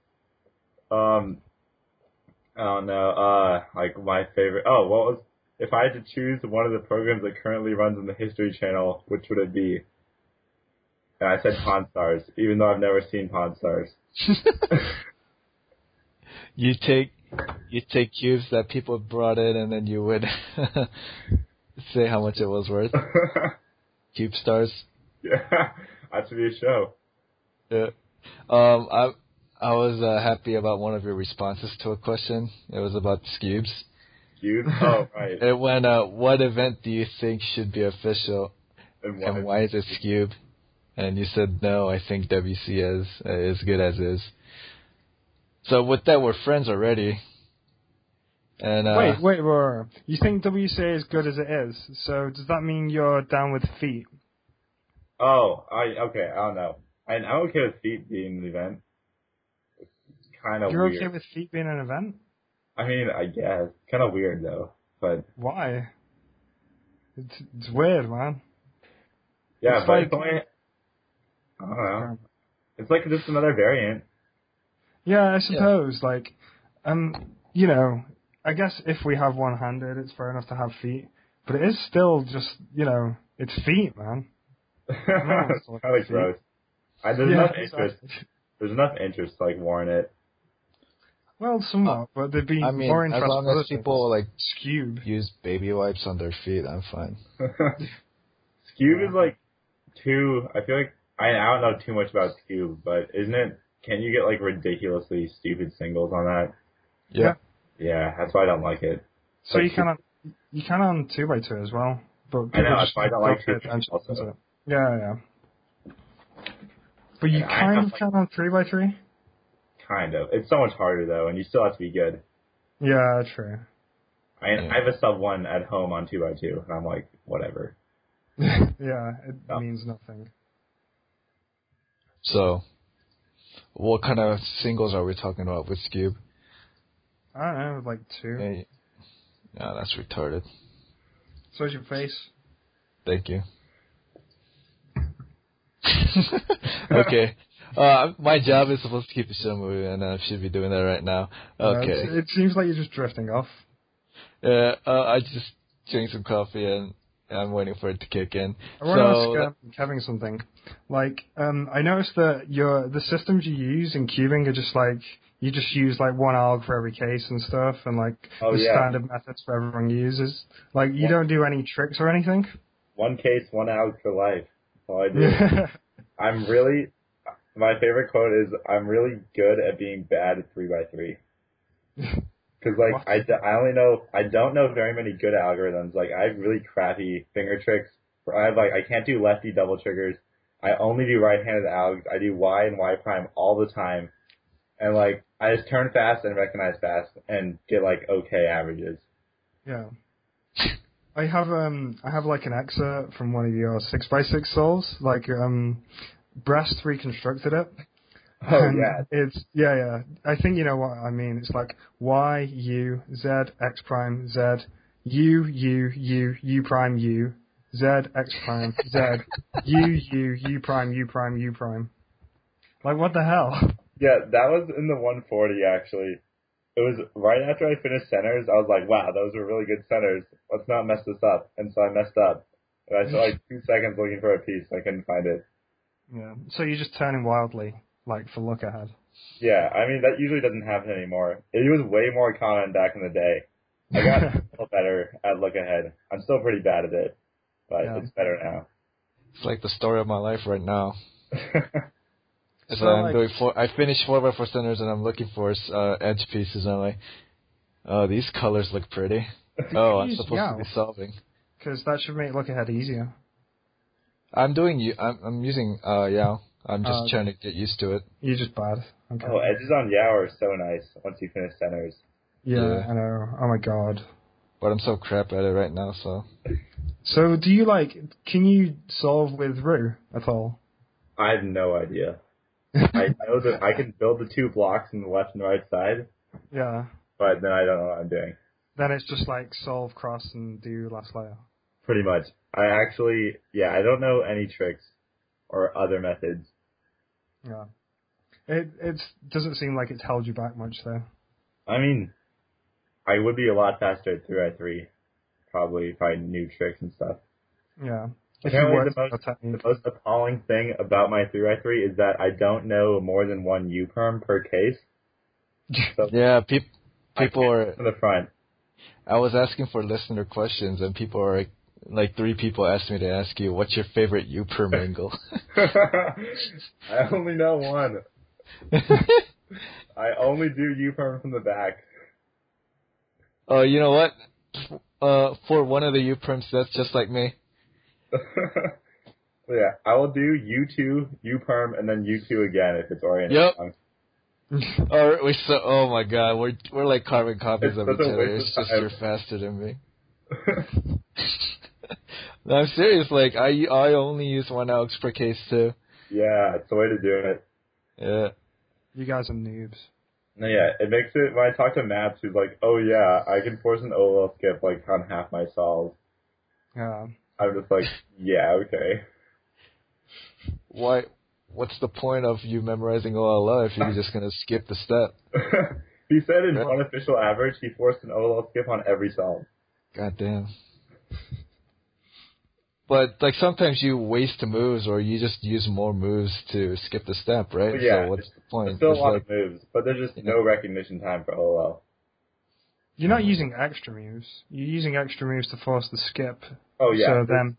Um, I don't know. Uh, like my favorite. Oh, what was? If I had to choose one of the programs that currently runs on the History Channel, which would it be? And I said Pawn Stars, even though I've never seen Pawn Stars. you take you take cubes that people brought in and then you would say how much it was worth. Cube stars. yeah, that should be a show. Yeah. Uh, Um I I was uh, happy about one of your responses to a question. It was about cubes. Cubes. Oh, right. It went uh what event do you think should be official And and one. why is it cube? And you said no, I think WC is uh, is good as is. So with that, we're friends already. And uh, wait, wait, wait, wait. You think WCA is good as it is? So does that mean you're down with feet? Oh, I okay. I don't know. And I'm okay with feet being an event. It's kind of You're weird. okay with feet being an event? I mean, I guess. Kind of weird though. But Why? It's, it's weird, man. yeah, It's but like- it's only. I don't know. It's like just another variant. Yeah, I suppose. Like, um, you know, I guess if we have one-handed, it's fair enough to have feet, but it is still just, you know, it's feet, man. it's like kind of feet. gross. I, there's Yeah, enough exactly. interest. There's enough interest to like warrant it. Well, somewhat, but they'd be I mean, more as interested. long as people like skewed. use baby wipes on their feet, I'm fine. Scube is like too. I feel like I, I don't know too much about Scube, but isn't it? Can you get like ridiculously stupid singles on that? Yeah. Yeah, that's why I don't like it. So you Like, can on you can on two by two as well, but I know, people that's just why I don't like pay two by two attention also. to it. Yeah, yeah. But you Yeah, I kind have, of like- can on three by three. Kind of. It's so much harder though, and you still have to be good. Yeah, true. I mean, Yeah. I have a sub one at home on two by two, and I'm like, whatever. yeah, it Yeah. means nothing. So, what kind of singles are we talking about with Scube? I don't know, like two. Yeah, that's retarded. So's your face. Thank you. okay. Uh, my job is supposed to keep it show moving, and I should be doing that right now. Uh, Okay. it's- it seems like you're just drifting off. Yeah, uh, I just drank some coffee and I'm waiting for it to kick in. I want to So, ask um, Kevin something. Like, um, I noticed that your the systems you use in cubing are just like you just use like one alg for every case and stuff, and like Oh, the yeah. standard methods for everyone uses. Like, you Yeah. don't do any tricks or anything. One case, one out for life. That's all I do. Yeah. I'm really. My favorite quote is, "I'm really good at being bad at three by three. Because like What? I, d- I only know I don't know very many good algorithms. Like I have really crappy finger tricks. I have like I can't do lefty double triggers. I only do right-handed algs. I do Y and Y prime all the time, and like I just turn fast and recognize fast and get like okay averages. I have um I have like an excerpt from one of your six by six souls. Like um, Breast reconstructed it. Oh And yeah, It's yeah, yeah. I think you know what I mean. It's like Y U Z X prime Z U U U U prime U Z X prime Z U U U prime U prime U prime. Like what the hell? yeah. That was in the 140 actually. It was right after I finished centers. I was like, wow, those were really good centers. Let's not mess this up. And so I messed up. And I spent like two seconds looking for a piece. I couldn't find it. Yeah. So you're just turning wildly, like for look ahead. Yeah, I mean that usually doesn't happen anymore. It was way more common back in the day. I got a little better at look ahead. I'm still pretty bad at it, but Yeah. it's better it's like the story of my life right now. now. So, So, I'm like- doing four. I finished four by four centers, and I'm looking for uh, edge pieces. And I'm like, oh, these colors look pretty. Oh, I'm use supposed to be Yao? solving. Because that should make look ahead easier. I'm doing. u- I'm, I'm using uh, Yao. I'm just Uh, trying to get used to it. You're just bad. Okay. Oh, edges on Yao are so nice once you finish centers. yeah, yeah. I know. Oh my god. But I'm so crap at it right now, so So do you like? Can you solve with Rue at all? I have no idea. I know that I can build the two blocks on the left and right side, yeah. but then I don't know what I'm doing. Then it's just like solve cross and do last layer. Pretty much. I actually, yeah, I don't know any tricks or other methods. Yeah. It it's doesn't seem like it's held you back much though. I mean, I would be a lot faster at 3 at 3 probably if I knew tricks and stuff. Yeah. If you Apparently work the most- out a The technique. most appalling thing about my 3 by 3 is that I don't know more than one U perm per case yeah, peop people I- are. from the front. I was asking for listener questions, and people are like, like three people asked me to ask you, what's your favorite U perm angle? I only know one. I only do U perm from the back. Oh, you know what? Uh, for one of the U perms, that's just like me. yeah, I will do U2, U perm, and then U2 again if it's oriented. Yep. wrong. Or we so. Oh my God, we're we're like carbon copies It's of such each a other. waste It's of just time. you're faster than me. no, I'm serious. Like I I only use one Alex per case too. yeah, it's the way to do it. Yeah. You guys are noobs. No, yeah, it makes it when I talk to Maps, he's like, "Oh yeah, I can force an OL skip like on half my solves." Yeah. I'm just like, "Yeah, okay." Why? What's the point of you memorizing OLL if you're just gonna skip the step? he said in Right. one official average, he forced an OL skip on every solve. God damn. But like sometimes you waste moves or you just use more moves to skip the step, right? But yeah, so what's the There's point? still a It's lot like- of moves, but there's just no recognition time for OL. You're not using extra moves. You're using extra moves to force the skip. Oh yeah, So then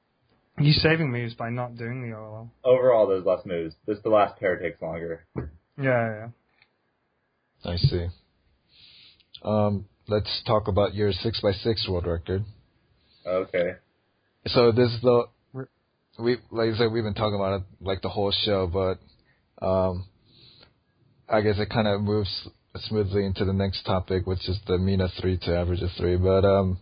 you're saving moves by not doing the OLL. overall there's less moves. Just the last pair takes longer. Yeah, yeah. I see. Um, let's talk about your six by six world record. Okay. So this is the we like I said we've been talking about it like the whole show, but um, I guess it kind of moves smoothly into the next topic, which is the Mina three to average of three. But um,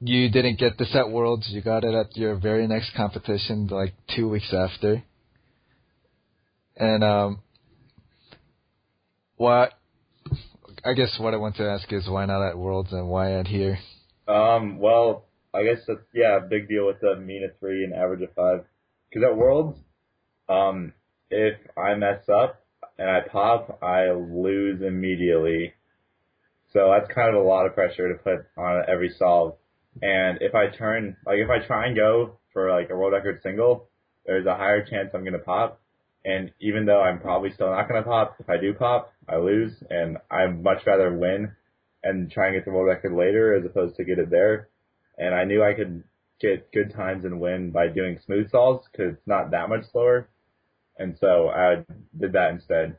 you didn't get this at Worlds. You got it at your very next competition, like two weeks after. And um, what I guess what I want to ask is why not at Worlds and why at here? Um. Well, I guess that's yeah, a big deal with the mean of three and average of five. Because at Worlds, um, if I mess up and I pop, I lose immediately. So that's kind of a lot of pressure to put on every solve. And if I turn, like if I try and go for like a world record single, there's a higher chance I'm gonna pop. And even though I'm probably still not gonna pop, if I do pop, I lose, and I'd much rather win and try and get the world record later as opposed to get it there. And I knew I could get good times and win by doing smooth solves because it's not that much slower. And so I did that instead.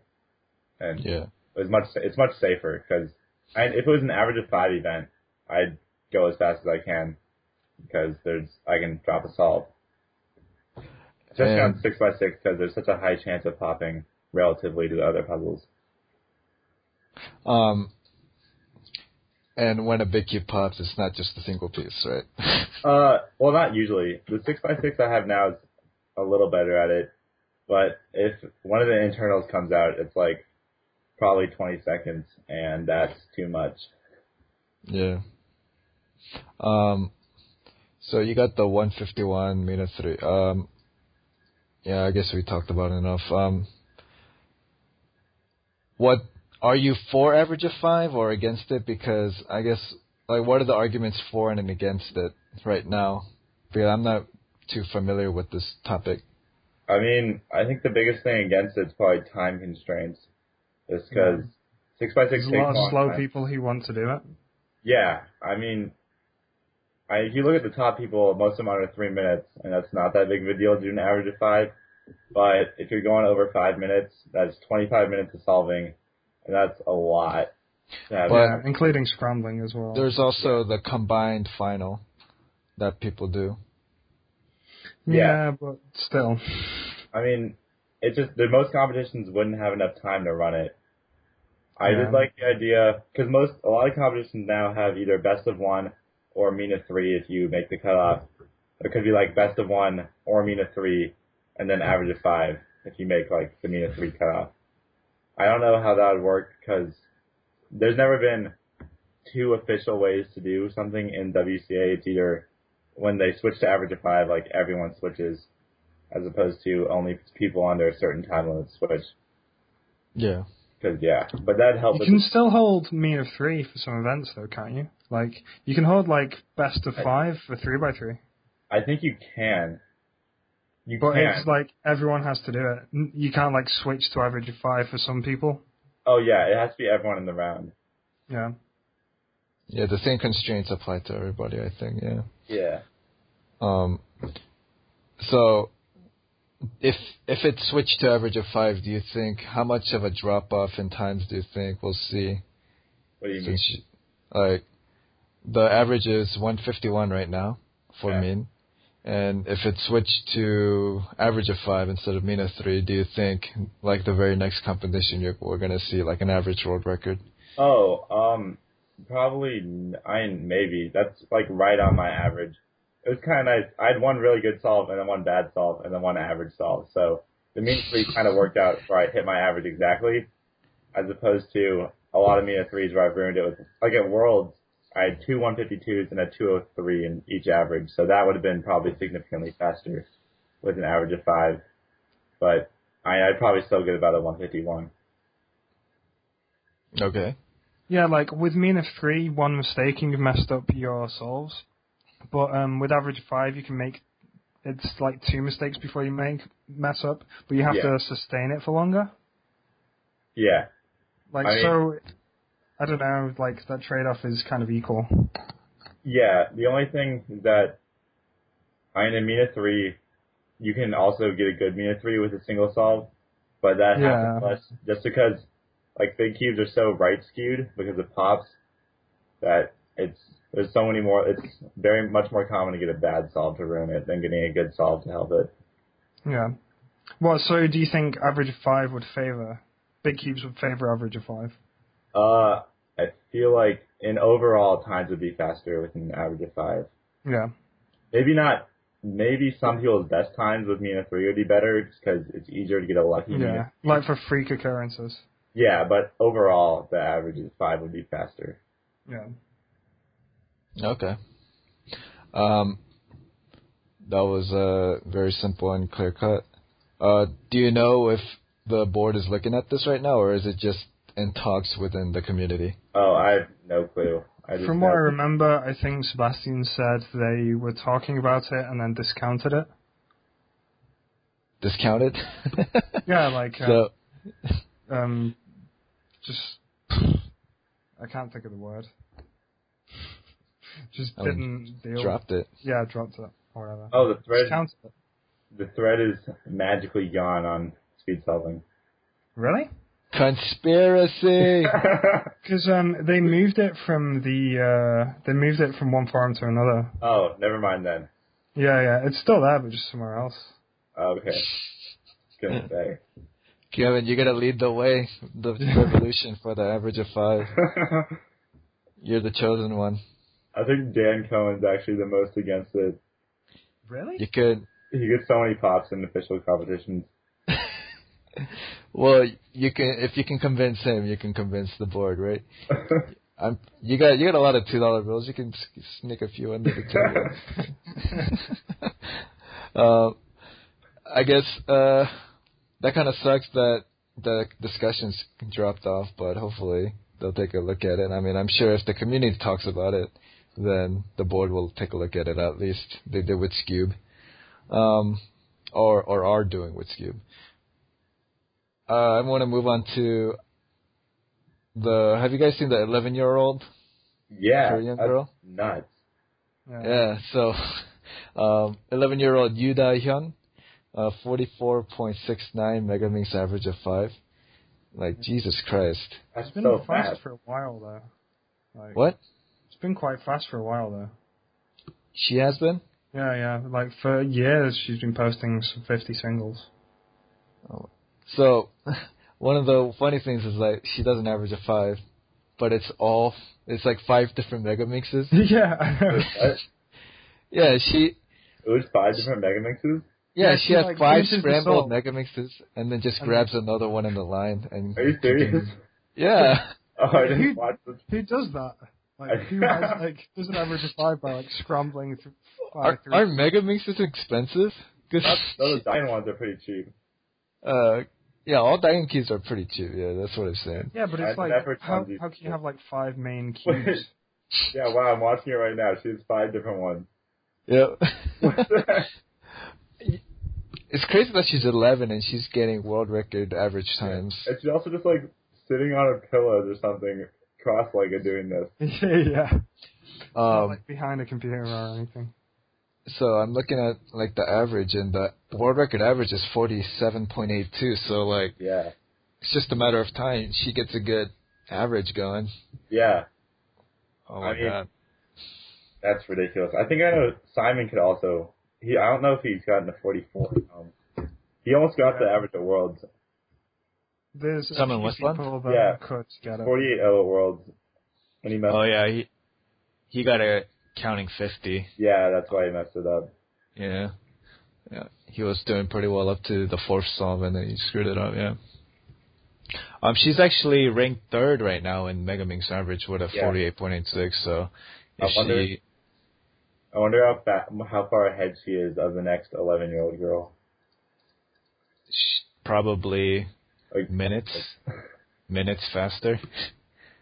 And Yeah. it was much it's much safer because if it was an average of five event, I'd go as fast as I can because there's I can drop a solve. Just And- on six by six because there's such a high chance of popping relatively to the other puzzles. Um, and when a big cube pops, it's not just a single piece, right? Uh, well, not usually. The six by six I have now is a little better at it, but if one of the internals comes out, it's like probably 20 seconds, and that's too much. yeah. Um, so you got the 151 minute three. Um, yeah, I guess we talked about it enough. Um, what are you for average of five or against it? Because I guess like what are the arguments for and against it right now? Because I'm not too familiar with this topic. I mean, I think the biggest thing against it's probably time constraints, just because six by six There's a takes lot long of slow time. people who want to do it. Yeah, I mean, I, if you look at the top people, most of them are under three minutes, and that's not that big of a deal to do an average of five. But if you're going over five minutes, that's 25 minutes of solving, and that's a lot. to have. But- yeah, including scrambling as well. There's also the combined final that people do. yeah, but still. I mean, it's just the most competitions wouldn't have enough time to run it. I Yeah. just like the idea because most a lot of competitions now have either best of one or mean of three if you make the cutoff. It could be like best of one or mean of three, and then average of five if you make like the mean of three cutoff. I don't know how that would work because there's never been two official ways to do something in WCA. It's either when they switch to average of five, like everyone switches, as opposed to only people under a certain time limit switch. Yeah. Because yeah, Oh, but that helped. You with can still hold mean of three for some events, though, can't you? Like you can hold like best of five for three by three, the- I think you can. You but can. it's like everyone has to do it. N- You can't like switch to average of five for some people. oh yeah, it has to be everyone in the round. Yeah, Yeah, the same constraints apply to everybody, I think, yeah. Yeah. Um, so if if it switched to average of five, do you think how much of a drop off in times do you think we'll see? What do you mean? Since you- like the average is 151 right now for Yeah. mean, and if it switched to average of five instead of mean of three, do you think like the very next competition you're, we're gonna see like an average world record? Oh, um, probably n- I maybe that's like right on my average. It was kind of nice. I had one really good solve and then one bad solve and then one average solve. So the mean three kind of worked out where I hit my average exactly, as opposed to a lot of mean of threes where I've ruined it with like at Worlds. I had two 152s and a 203 in each average, so that would have been probably significantly faster with an average of five. But I, I'd probably still get about a 151. Okay. yeah. Like with mean of three, one mistake and you've messed up your solves. But um, with average of five, you can make it's like two mistakes before you make mess up, but you have Yeah. to sustain it for longer. Yeah, Like I mean- so, I don't know. Like that trade off is kind of equal. Yeah, the only thing is that I mean, in Mina three, you can also get a good Mina three with a single solve, but that happens Yeah. less just because like big cubes are so right skewed because of pops that it's there's so many more. It's very much more common to get a bad solve to ruin it than getting a good solve to help it. Yeah. Well, so do you think average of five would favor big cubes would favor average of five? Uh, I feel like in overall times would be faster with an average of five. Yeah. Maybe not. Maybe some people's best times with Mina three would be better because it's easier to get a lucky Mina Yeah. Like for freak occurrences. Yeah, but overall, the average is five would be faster. Yeah. Okay. Um, that was uh, very simple and clear cut. Uh, do you know if the board is looking at this right now, or is it just in talks within the community? Oh, I have no clue. I just From know- what I remember, I think Sebastian said they were talking about it and then discounted it. Discounted? Yeah, like uh, So um, just I can't think of the word. Just Um, didn't deal. dropped it. Yeah, dropped it. Or whatever. Oh, the thread. Discounted it. The thread is magically gone on speed solving. Really? Conspiracy. Because um, they moved it from the uh, they moved it from one forum to another. oh, never mind then. Yeah, yeah, it's still there, but just somewhere else. Okay. Gonna say. Kevin, you're gonna lead the way, the revolution for the average of five. You're the chosen one. I think Dan Cohen's actually the most against it. Really? You could, He gets so many pops in official competitions. well, you can if you can convince him, you can convince the board, right? I'm, you got you got a lot of two dollar bills. You can s- sneak a few under the table. um, I guess uh, that kind of sucks that the discussions dropped off, but hopefully they'll take a look at it. I mean, I'm sure if the community talks about it, then the board will take a look at it. At least they did with Scube, um, or or are doing with Scube. Uh, I want to move on to the. Have you guys seen the 11 year old yeah. Korean that's girl? Nuts. Yeah, so um, 11 year old Yu Da Hyun, uh, 44.69 megaminx average of 5. Like, Jesus Christ. That's It's been so fast fast. for a while though. Like, What? It's been quite fast for a while though. She has been? Yeah, yeah. Like for years, she's been posting some 50 singles. So, one of the funny things is like she doesn't average a five, but it's all it's like five different mega mixes. yeah, I know. What? Yeah, she It was five different mega mixes? yeah, Yeah, she, she, has like, five finishes the scrambled song. mega mixes and then just And grabs another one in the line and Are you serious? yeah. Oh, I didn't Dude. watch the Who does that? Like, who has like doesn't average a five by like scrambling through five Are, through? are mega mixes expensive? 'Cause- Those Dying ones are pretty cheap. uh, yeah, all diamond keys are pretty cheap. Yeah, that's what I'm saying. yeah, but I- it's like I've heard how, Ponzi how can you before. have like five main Wait. cubes? Yeah, wow, I'm watching it right now. She has five different ones. Yeah. it's crazy that she's 11 and she's getting world record average times. and she's also just like sitting on her pillows or something, cross-legged doing this. yeah, yeah. Not, Um, like behind a computer or anything. so I'm looking at like the average, and the world record average is 47.82. So like, Yeah. it's just a matter of time. She gets a good average going. Yeah. Oh my I mean- god. That's ridiculous. I think I know Simon could also. He I don't know if he's gotten to 44. Um, he almost got the average at Worlds. There's a Someone few with one? people that Yeah. could get it. 48 at Worlds. And he messed. Oh yeah, he he got a counting 50. yeah, that's why he messed it up. Yeah. Yeah. He was doing pretty well up to the fourth psalm and then he screwed it up, yeah. Um she's actually ranked third right now in Mega Minx average with a Yeah. forty eight point eight six, so I if wonder- she I wonder how fa- how far ahead she is of the next 11 year old girl. sh- probably Like, minutes minutes faster.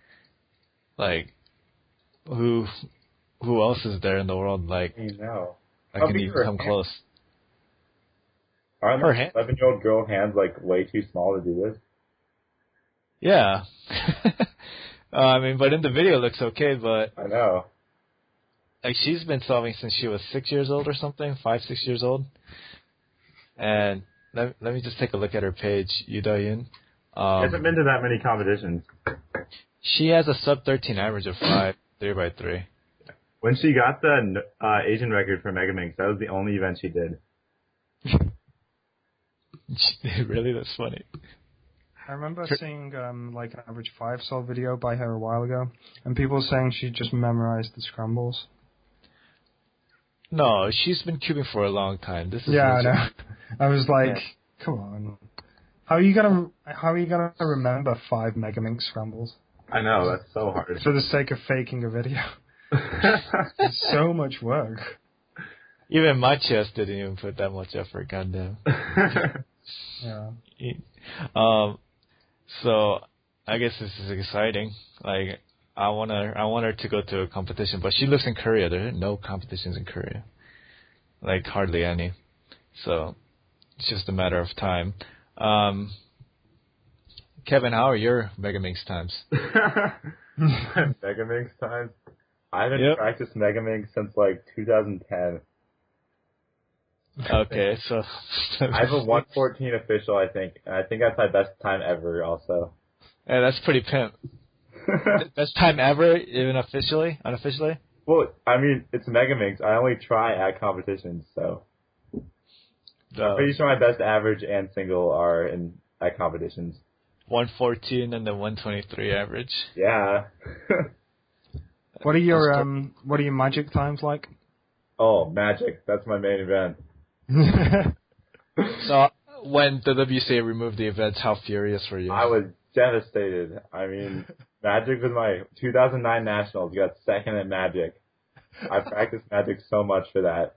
like who who else is there in the world like you know. that How can big even are her come hands? close? Aren't Her hand- 11 year old girl hands like way too small to do this? Yeah. Uh, I mean, but in the video it looks okay, but I know. like she's been solving since she was six years old or something, five, six years old. And let, let me just take a look at her page, Yuda Yun. Um, been to that many competitions. she has a sub 13 average of five, three by three. When she got the uh, Asian record for Mega Minx, that was the only event she did. really, that's funny. I remember Sure. seeing um, like an average five sol video by her a while ago, and people were saying she just memorized the scrambles. No, she's been cubing for a long time. This is Yeah, I legit. know. I was like, come on. How are you gonna How are you gonna remember five Megamink scrambles I know, that's so hard. for the sake of faking a video? It's so much work. Even my chest didn't even put that much effort. Goddamn. Yeah. Um, so I guess this is exciting. Like I want her, I want her to go to a competition, but she lives in Korea. There are no competitions in Korea, like hardly any. So it's just a matter of time. Um, Kevin, how are your Mega Minx times? Mega Minx times. I haven't Yep. practiced Mega Minx since like 2010. Okay, so I have a 114 official, I think, and I think that's my best time ever. Also, Yeah, that's pretty pimp. Best time ever, even officially, unofficially. well, I mean, it's Mega Minx. I only try at competitions, so I'm Uh, pretty sure my best average and single are in at competitions. 114 and the 123 average. Yeah. What are your Let's start- um What are your magic times like? oh, magic! That's my main event. So when the WCA removed the events, how furious were you? I was devastated. I mean, Magic was my 2009 Nationals. Got second at Magic. I practiced Magic so much for that.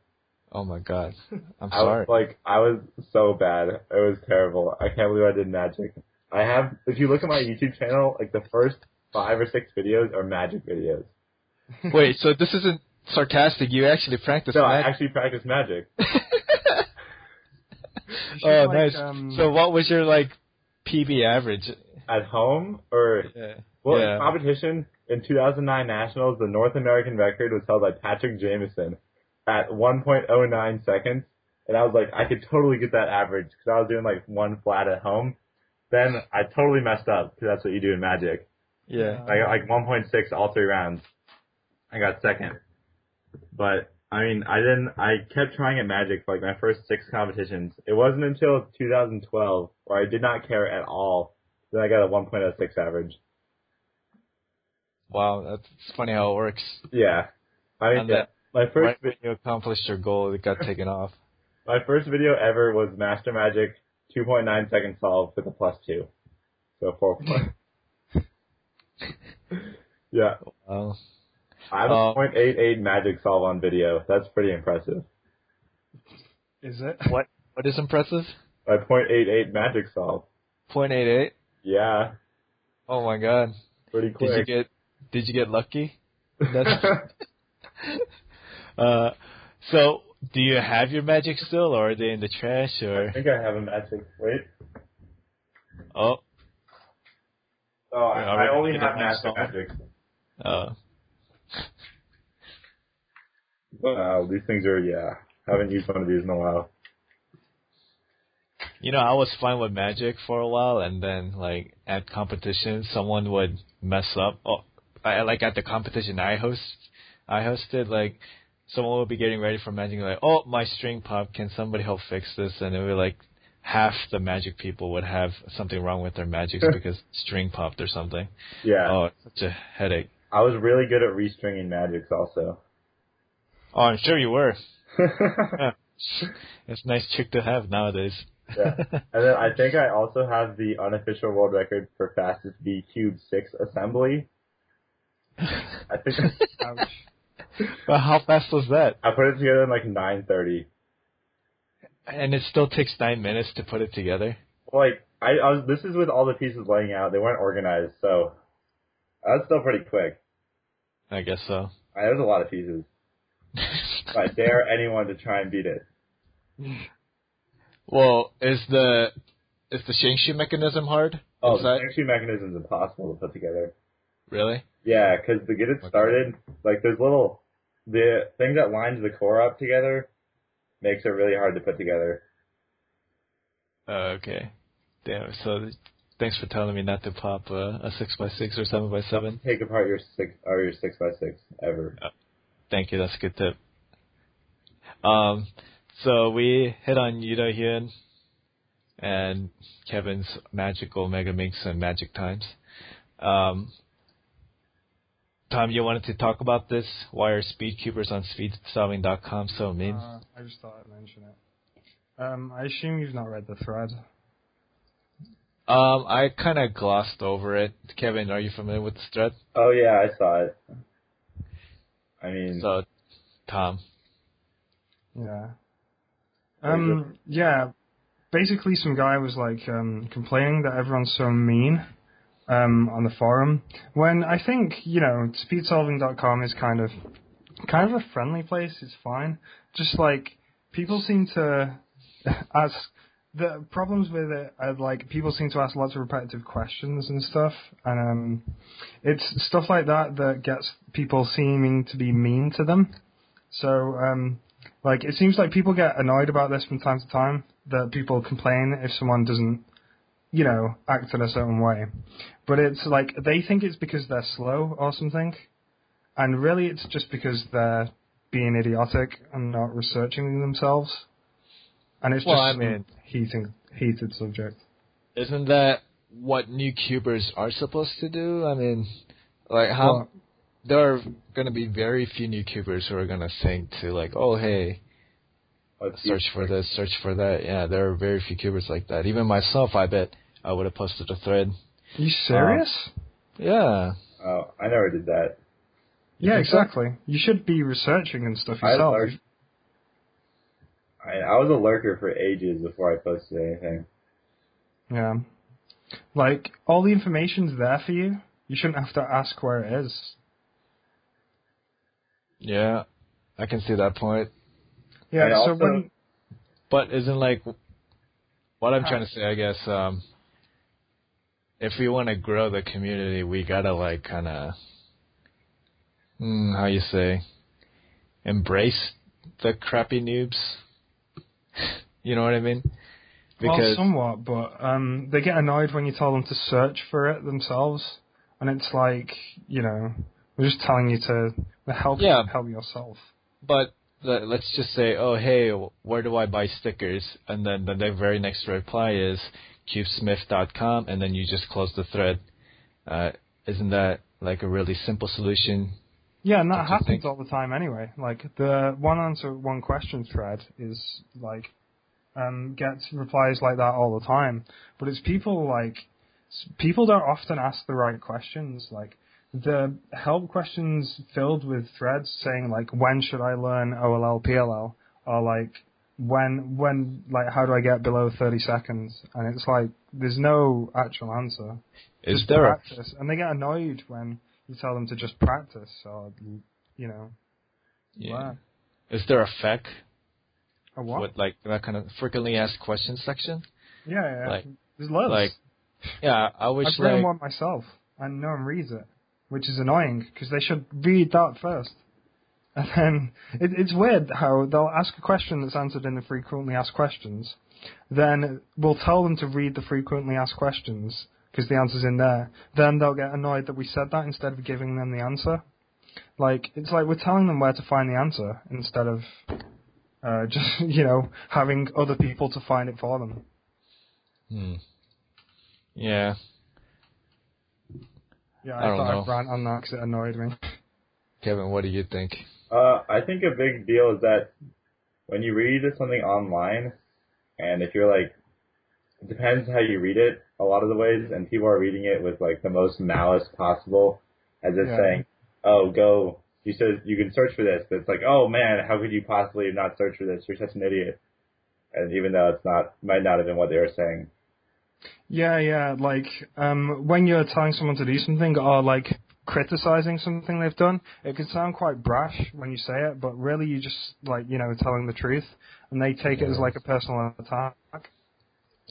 oh my god, I'm I sorry. was like, I was so bad. It was terrible. I can't believe I did Magic. I have, if you look at my YouTube channel, like the first five or six videos are Magic videos. Wait, so this isn't sarcastic. You actually practiced No, I magic. actually practiced Magic. You should, oh, like, nice. um, so what was your like PB average? At home or, Yeah. well, Yeah. in competition in 2009 Nationals, the North American record was held by Patrick Jameson at 1.09 seconds. And I was like, I could totally get that average because I was doing like one flat at home. Then I totally messed up because that's what you do in Magic. Yeah. I got like 1.6 all three rounds. I got second, but I mean, I didn't. I kept trying at Magic for like my first six competitions. It wasn't until 2012 where I did not care at all. Then I got a 1.06 average. Wow, that's it's funny how it works. Yeah, I mean, And that- my first right when you accomplished your goal, it got taken off. My first video ever was Master Magic 2.9 second solve with a plus two. So four points. yeah. Wow. I have a Uh, 0.88 magic solve on video. That's pretty impressive. Is it? What? What is impressive? My 0.88 magic solve. 0.88. Yeah. Oh my god. Pretty Did you quick. get? Did you get lucky? that's- Uh, so do you have your magic still, or are they in the trash, I or? think I have a magic. Wait. Oh, Oh, I, Yeah, I I only did have that master myself. magic. uh, Wow, these things are, yeah. Haven't used one of these in a while. you know, I was fine with magic for a while, and then like at competition, someone would mess up. Oh, I, like at the competition I host, I hosted like. Someone would be getting ready for magic, like, oh, my string pop, can somebody help fix this? And it would be like, half the magic people would have something wrong with their magics because string popped or something. Yeah. Oh, it's such a headache. I was really good at restringing magics also. Oh, I'm sure you were. yeah. It's a nice trick to have nowadays. And then I think I also have the unofficial world record for fastest V cube six assembly. I think Ouch. Well, how fast was that? I put it together in like nine thirty. And it still takes nine minutes to put it together. Like I, I was, this is with all the pieces laying out. They weren't organized, so that's still pretty quick. I guess so. I, there's a lot of pieces. I dare anyone to try and beat it. well, is the is the Shangshu mechanism hard? Oh, the Inside? actually mechanism's impossible to put together. really? Yeah, because to get it Okay. started, like there's little the thing that lines the core up together makes it really hard to put together. Uh, okay. Damn. So, th- thanks for telling me not to pop uh, a six by six or seven by seven. take apart your six or your six by six ever. Thank you. That's a good tip. Um, so we hit on Yudo Hyun and Kevin's magical Mega Minx and Magic Times. Um, Tom, you wanted to talk about this? Why are speedcubers on speedsolving.com so mean? Uh, I just thought I'd mention it. Um, I assume you've not read the thread. um, I kind of glossed over it. Kevin, are you familiar with this thread? Oh yeah, I saw it. I mean, So, Tom. Yeah. Very Um, yeah. Basically, some guy was like um, complaining that everyone's so mean um, on the forum. When I think you know, speedsolving.com is kind of kind of a friendly place. It's fine. Just like people seem to ask the problems with it are like people seem to ask lots of repetitive questions and stuff, and um, it's stuff like that that gets people seeming to be mean to them. So um, like it seems like people get annoyed about this from time to time that people complain if someone doesn't you know act in a certain way but it's like they think it's because they're slow or something and really it's just because they're being idiotic and not researching themselves and it's Well, I just some mean- heating heated subject Isn't that what new cubers are supposed to do? I mean, like how Well, there are going to be very few new cubers who are going to think to like, oh hey, let's see. search for this, search for that. Yeah, there are very few cubers like that. Even myself, I bet I would have posted a thread. you serious Yeah, Oh, I never did that. yeah think so? exactly you should be researching and stuff I yourself lurked. I, I was a lurker for ages before I posted anything. Yeah. Like, all the information's there for you. You shouldn't have to ask where it is. yeah, I can see that point. Yeah, And so also- when. But isn't like what I'm trying to say? I guess um, if we want to grow the community, we gotta like kind of mm, how you say embrace the crappy noobs. you know what I mean? Well, Because somewhat, but um, they get annoyed when you tell them to search for it themselves. And it's like, you know, we're just telling you to help Yeah. help yourself. but let, let's just say, oh hey, where do I buy stickers? And then the ne- very next reply is cubesmith.com, and then you just close the thread. Uh, isn't that like a really simple solution? Yeah, and that Don't you happens think? all the time anyway. Like the one answer, one question thread is like um, gets replies like that all the time. But it's people like s- people don't often ask the right questions. Like the help questions filled with threads saying like when should I learn OLL PLL or like when when like how do I get below thirty seconds? And it's like there's no actual answer Is just there a practice, and they get annoyed when you tell them to just practice or you know yeah. learn. is there a FAQ Or what? with like that kind of frequently asked questions section? Yeah, yeah. Like- There's loads. like, Yeah, I wish I've written like one myself, and no one reads it, which is annoying because they should read that first. And then it, it's weird how they'll ask a question that's answered in the frequently asked questions, then we'll tell them to read the frequently asked questions because the answer's in there. Then they'll get annoyed that we said that instead of giving them the answer. Like it's like we're telling them where to find the answer instead of uh, just you know having other people to find it for them. hmm. Yeah. Yeah, I I, don't thought I'd know. rant on that because it annoyed me. Kevin, what do you think? Uh, I think a big deal is that when you read something online, and if you're like, it depends how you read it a lot of the ways, and people are reading it with like the most malice possible, as if Yeah. saying, oh, go, you said you can search for this, but it's like, oh man, how could you possibly not search for this? You're such an idiot. And even though it's not, might not have been what they were saying. Yeah, yeah. Like um, when you're telling someone to do something or like criticizing something they've done, it can sound quite brash when you say it, but really you just like you know telling the truth, and they take it as like a personal attack.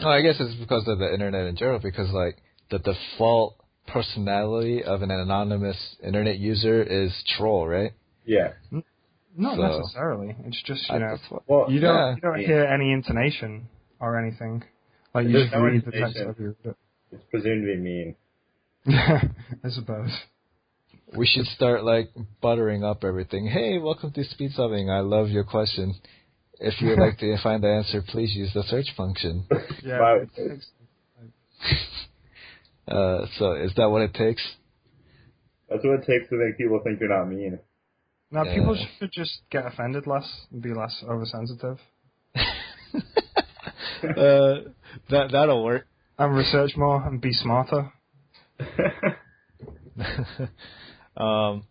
Oh, I guess it's because of the internet in general. Because like the default personality of an anonymous internet user is troll, right? Yeah. Not So- necessarily. It's just you I- know that's what- Well, you don't yeah. you don't Yeah. hear any intonation or anything. Like you There's just no read the text intonation. of your. it's presumed to be mean. I suppose. We should start like buttering up everything. Hey, welcome to Speed Subbing. I love your question. If you'd like to find the answer, please use the search function. Yeah. But- it's- it's- Uh, so is that what it takes? That's what it takes to make people think you're not mean. Now Yeah. people should just get offended less and be less oversensitive. uh, that that'll work. And research more and be smarter. um,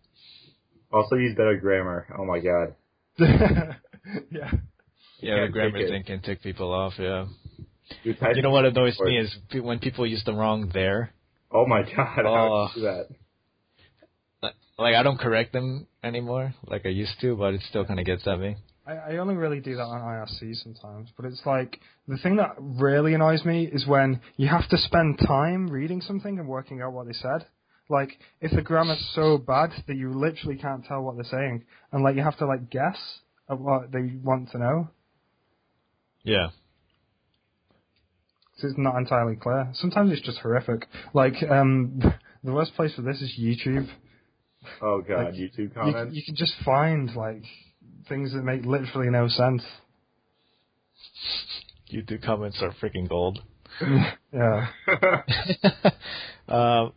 also use better grammar. Oh my god. yeah. yeah, Can't the grammar take it. thing can tick people off. Yeah. You're typing You know what annoys me is pe- when people use the wrong there. Oh my god, Oh. how did you do that? Like I don't correct them anymore, like I used to, but it still kind of gets at me. I, I only really do that on IRC sometimes, but it's like the thing that really annoys me is when you have to spend time reading something and working out what they said. Like if the grammar's so bad that you literally can't tell what they're saying, and like you have to like guess at what they want to know Yeah. because it's not entirely clear. Sometimes it's just horrific. Like um, the worst place for this is YouTube. Oh god, Like, YouTube You, comments. you can just find like things that make literally no sense. YouTube comments are freaking gold. Yeah. um,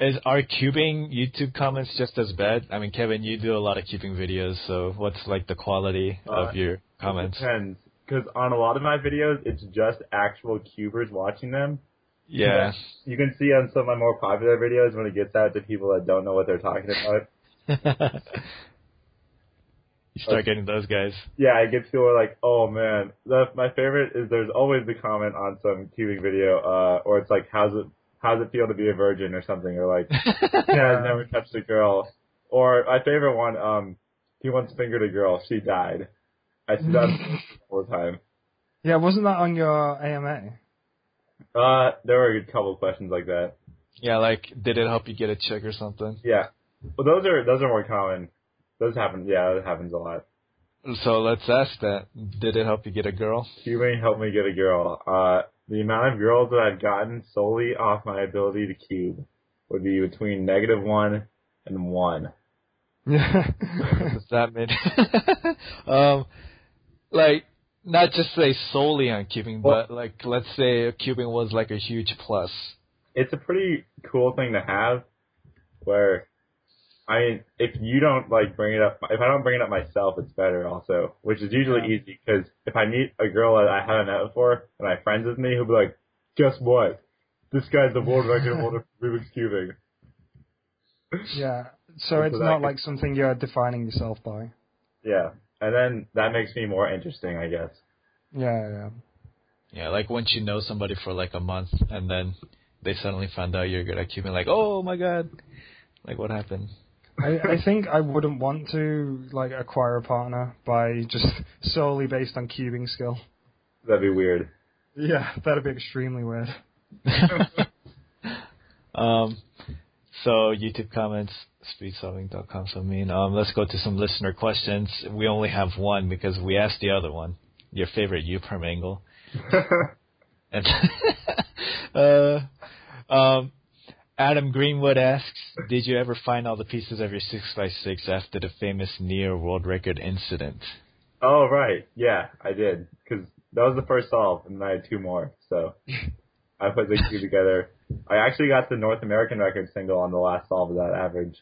is are cubing YouTube comments just as bad? I mean, Kevin, you do a lot of cubing videos, so what's like the quality Uh, of your comments? It depends. Because on a lot of my videos, it's just actual cubers watching them. Yeah. You can see on some of my more popular videos when it gets out to people that don't know what they're talking about. you start getting those guys. Yeah, I get people who are like, oh man. The, my favorite is there's always the comment on some cubing video, uh, or it's like, how's it, how's it feel to be a virgin or something, or like, Yeah. I've never touched a girl. Or my favorite one, um, he once fingered a girl, she died. I see that all the time. Yeah, wasn't that on your AMA? Uh, there were a couple of questions like that. yeah, like did it help you get a chick or something? Yeah. Well, those are those are more common. Those happen. Yeah, that happens a lot. So let's ask that. Did it help you get a girl? Cubing helped me get a girl. Uh, the amount of girls that I've gotten solely off my ability to cube would be between negative one and one. Yeah. What's that mean? um, like not just say solely on cubing, but like let's say cubing was like a huge plus. it's a pretty cool thing to have where I mean, if you don't like bring it up, if I don't bring it up myself, it's better also, which is usually Yeah. easy 'cause easy because if I meet a girl that I haven't met before and my friends with me, who'll be like, guess what? This guy's the world record holder for Rubik's Cubing. yeah. So it's that not could- like something you're defining yourself by. Yeah. And then that makes me more interesting, I guess. Yeah, yeah. Yeah, like once you know somebody for like a month and then they suddenly found out you're good at cubing, like oh my god, like what happened? I, I think I wouldn't want to like acquire a partner by just solely based on cubing skill. That'd be weird. Yeah, that'd be extremely weird. um, so YouTube comments, speedsolving.com, so mean. Um, let's go to some listener questions. We only have one because we asked the other one. Your favorite U permangle. And uh, um, Adam Greenwood asks, did you ever find all the pieces of your 6x6 after the famous near world record incident? oh, right. Yeah, I did. 'Cause that was the first solve, and then I had two more. So I put the two together. I actually got the North American record single on the last solve of that average.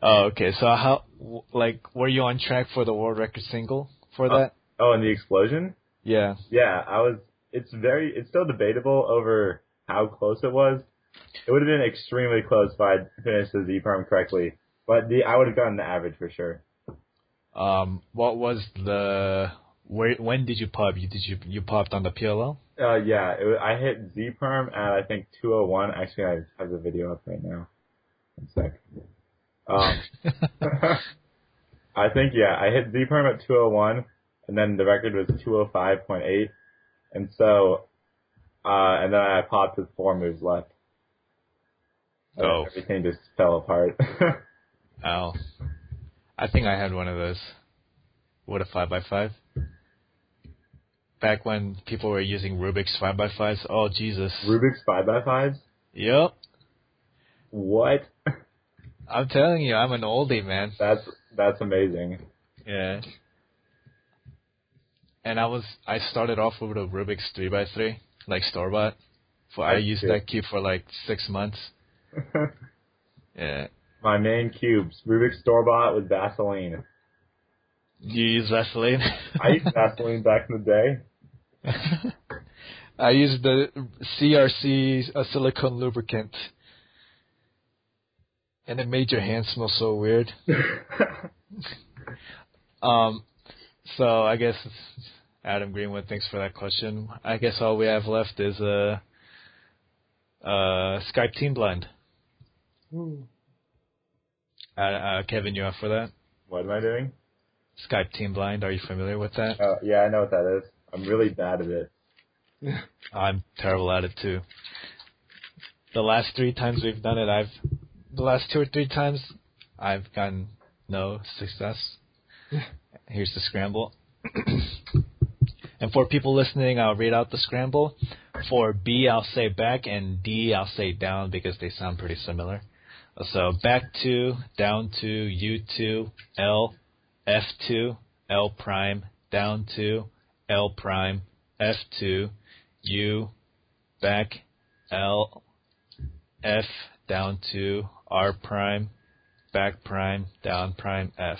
Oh, okay. So how, w- like, were you on track for the world record single for Uh, that? Oh, and the explosion? yeah. Yeah, I was. It's very. It's still debatable over how close it was. It would have been extremely close if I had finished the Z perm correctly, but the I would have gotten the average for sure. Um, what was the where? When did you pub? You did you you popped on the PLL? Uh, yeah, it wa- I hit Z perm at I think 201. Actually, I have the video up right now. One sec. Um, I think yeah, I hit Z perm at 201, and then the record was 205.8, and so, uh, and then I popped with four moves left. And Oh. Everything just fell apart. Oh, I think I had one of those. What a five by five. Back when people were using Rubik's five by fives. Oh Jesus. Rubik's five by fives. Yep. What? I'm telling you, I'm an oldie man. That's that's amazing. Yeah. And I was I started off with a Rubik's three by three, like store bought. For I That's used good. that cube for like six months. Yeah. My main cubes, Rubik's store bought with Vaseline. You use Vaseline? I used Vaseline back in the day. I use the CRC uh, silicone lubricant, and it made your hand smell so weird. Um, so I guess it's- Adam Greenwood, thanks for that question. I guess all we have left is uh, uh, Skype Team Blind. Uh, uh, Kevin, you up for that? What am I doing? Skype Team Blind. Are you familiar with that? Oh, yeah, I know what that is. I'm really bad at it. I'm terrible at it too. The last three times we've done it, I've the last two or three times I've gotten no success. Here's the scramble. and for people listening, I'll read out the scramble. For B, I'll say back, and D, I'll say down because they sound pretty similar. So back two, down two, U two, L, F two, L prime, down two, L prime, F two, U, back, L, F, down to R prime, back prime, down prime, F.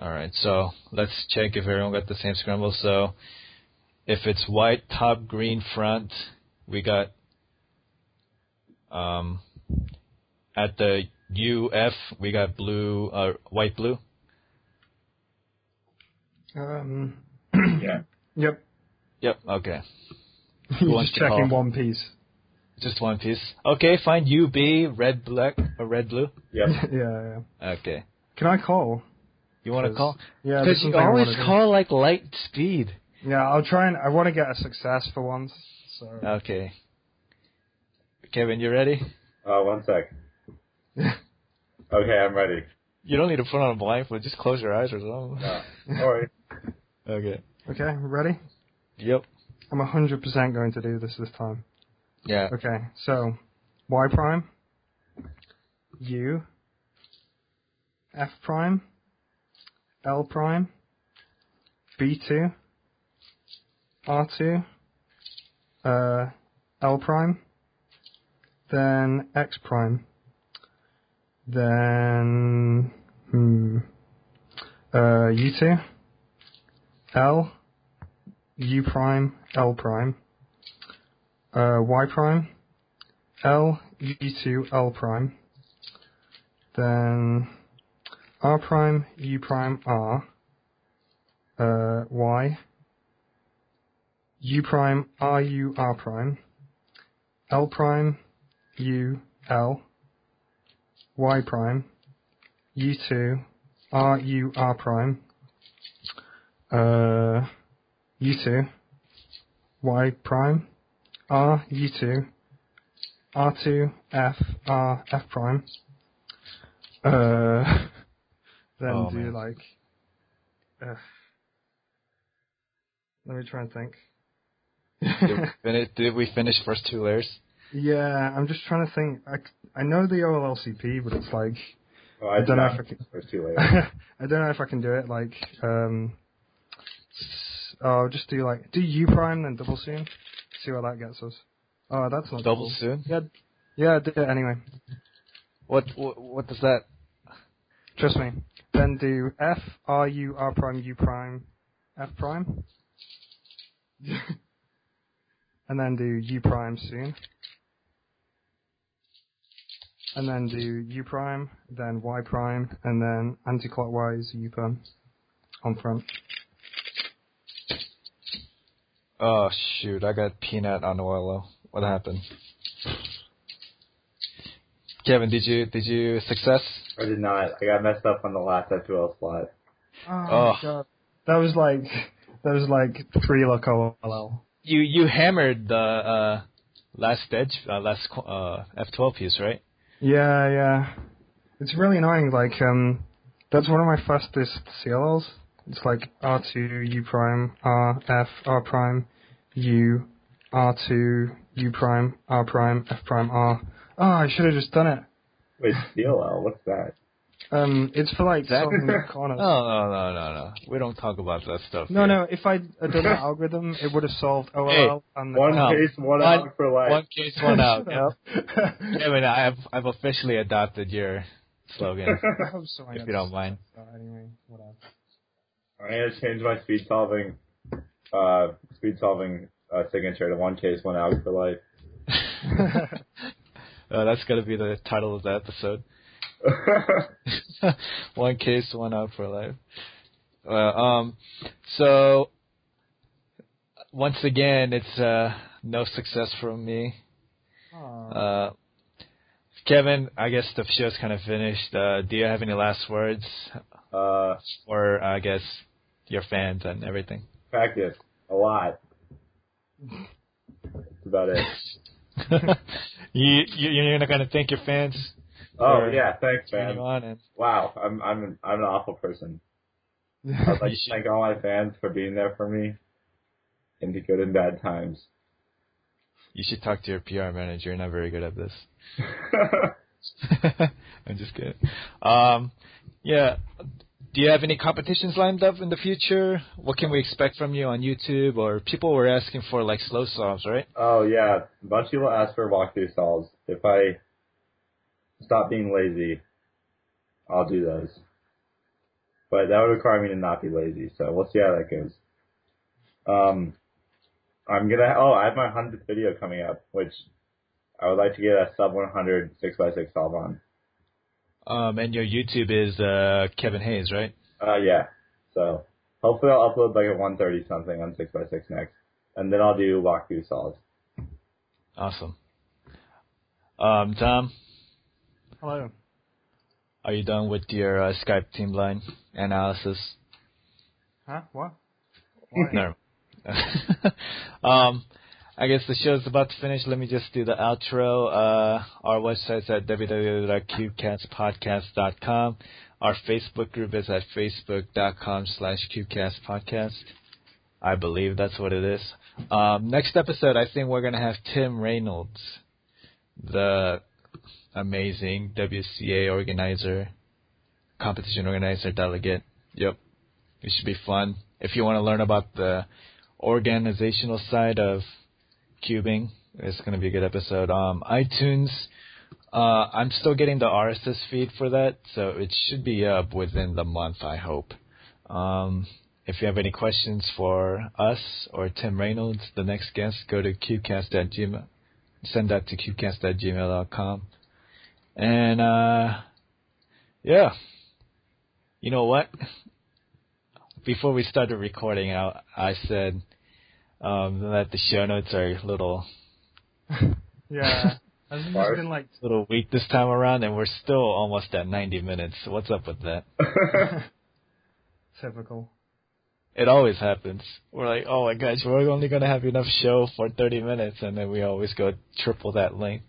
Alright, so let's check if everyone got the same scramble. So if it's white, top, green, front, we got um, at the UF, we got blue, uh, white, blue. Um. Yeah. Yep. Yep. Okay. You're wants just to call? checking one piece. Just one piece. Okay, fine. UB, red, black, or red, blue. Yep. yeah, yeah. Okay. Can I call? You want to 'Cause- call? Yeah. there's Because you something I always wanna do. call like light speed. Yeah, I'll try and I want to get a success for once. So. Okay. Kevin, you ready? Uh, one sec. Okay, I'm ready. You don't need to put on a blindfold. Just close your eyes or something. Uh, sorry. Okay. okay, ready? Yep. I'm 100% going to do this this time. Yeah. Okay, so y prime, u, F prime, L prime, B2, R2, uh, L prime, then X prime, then hmm, uh, U2, L, U prime, L prime, uh, Y prime, L, U2, L prime, then R prime, U prime, R, uh, Y, U prime, R, U, R prime, L prime, U, L, Y prime, U2, R, U, R prime, uh, U2, Y prime, R, U2, R2, F, R, F prime, uh, then Oh, do man. like, uh, let me try and think. did, we finish, did we finish first two layers? Yeah, I'm just trying to think. I, c- I know the OLLCP, but it's like Oh, I don't know if forgot I can. First two layers. I don't know if I can do it. Like, um, s- I'll just do like do U prime then double soon. See where that gets us. Oh, that's not Double soon? Yeah, yeah, I did it anyway. What, what what does that? Trust me. Then do F R U R prime U prime F prime. and then do U prime soon. And then do U prime, then Y prime, and then anti-clockwise U prime on front. Oh shoot! I got peanut on Orlo. What happened? Kevin, did you did you success? I did not. I got messed up on the last F2L slot. Oh. God. That was like that was like three look OLL. You you hammered the uh, last edge, uh, last qu- uh, F12 piece, right? Yeah, yeah. It's really annoying. Like, um, that's one of my fastest CLLs. It's like R2, U prime, R, F, R prime, U, R2, U prime, R prime, F prime, R. Oh, I should have just done it. Wait, CLL, what's that? Um, it's for like That- Oh, solving the corners. No, no, no, no, no. We don't talk about that stuff. here. No, no. If I had done that algorithm, it would have solved OLL and the One No. case, one, One- out for life. One case, one out. Shut Yeah. up. Kevin, I've I've officially adopted your slogan. I hope so. I if got you this. don't mind. Uh, anyway, whatever. I'm gonna change my speed solving, uh, speed solving uh, signature to one case, one out for life. Uh, that's gonna be the title of the episode. one case, one out for life. Well, um, so once again, it's uh, no success from me. Aw. Uh, Kevin, I guess the show's kind of finished. Uh, do you have any last words, uh, or I guess your fans and everything? practice a lot. That's about it. you, you you're not gonna thank your fans. Oh Sure. yeah, thanks, Turning man. on and Wow, I'm I'm an, I'm an awful person. I'd like You to should- thank all my fans for being there for me, in the good and bad times. you should talk to your PR manager. You're not very good at this. I'm just kidding. Um, yeah. Do you have any competitions lined up in the future? What can we expect from you on YouTube? Or people were asking for like slow songs, right? oh yeah, a bunch of people asked for walkthrough solves. If I stop being lazy, I'll do those. But that would require me to not be lazy, so we'll see how that goes. Um, I'm gonna. Oh, I have my hundredth video coming up, which I would like to get a sub 100 6x6 solve on. Um, and your YouTube is uh, Kevin Hayes, right? Uh, yeah. So hopefully I'll upload like a 130 something on 6x6 next, and then I'll do walkthrough solves. Awesome. Um, Tom, Hello. are you done with your uh, Skype team line analysis? Huh? What? No. um, I guess the show's about to finish. Let me just do the outro. Uh, our website's at www.qcastpodcast.com. Our Facebook group is at facebook.com slash qcastpodcast. I believe that's what it is. Um, next episode, I think we're going to have Tim Reynolds, the amazing WCA organizer, competition organizer delegate. Yep. It should be fun. If you want to learn about the organizational side of cubing, it's going to be a good episode. Um, iTunes, uh, I'm still getting the RSS feed for that, so it should be up within the month, I hope. Um, if you have any questions for us or Tim Reynolds, the next guest, go to cubecast.gmail. Send that to cubecast.gmail.com. And, uh, yeah. You know what? Before we started recording, I, I said um, that the show notes are a little, Yeah. Hasn't this Bart? been like little weak this time around, and we're still almost at 90 minutes. What's up with that? typical? It always happens. We're like, oh my gosh, we're only going to have enough show for 30 minutes, and then we always go triple that length.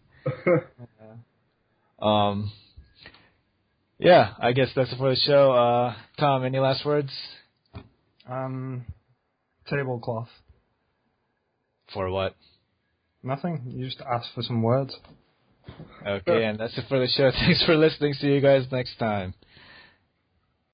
Um, yeah, I guess that's it for the show. Uh, Tom, any last words Um, tablecloth. for what? Nothing. You just asked for some words. Okay, and that's it for the show. Thanks for listening. See you guys next time.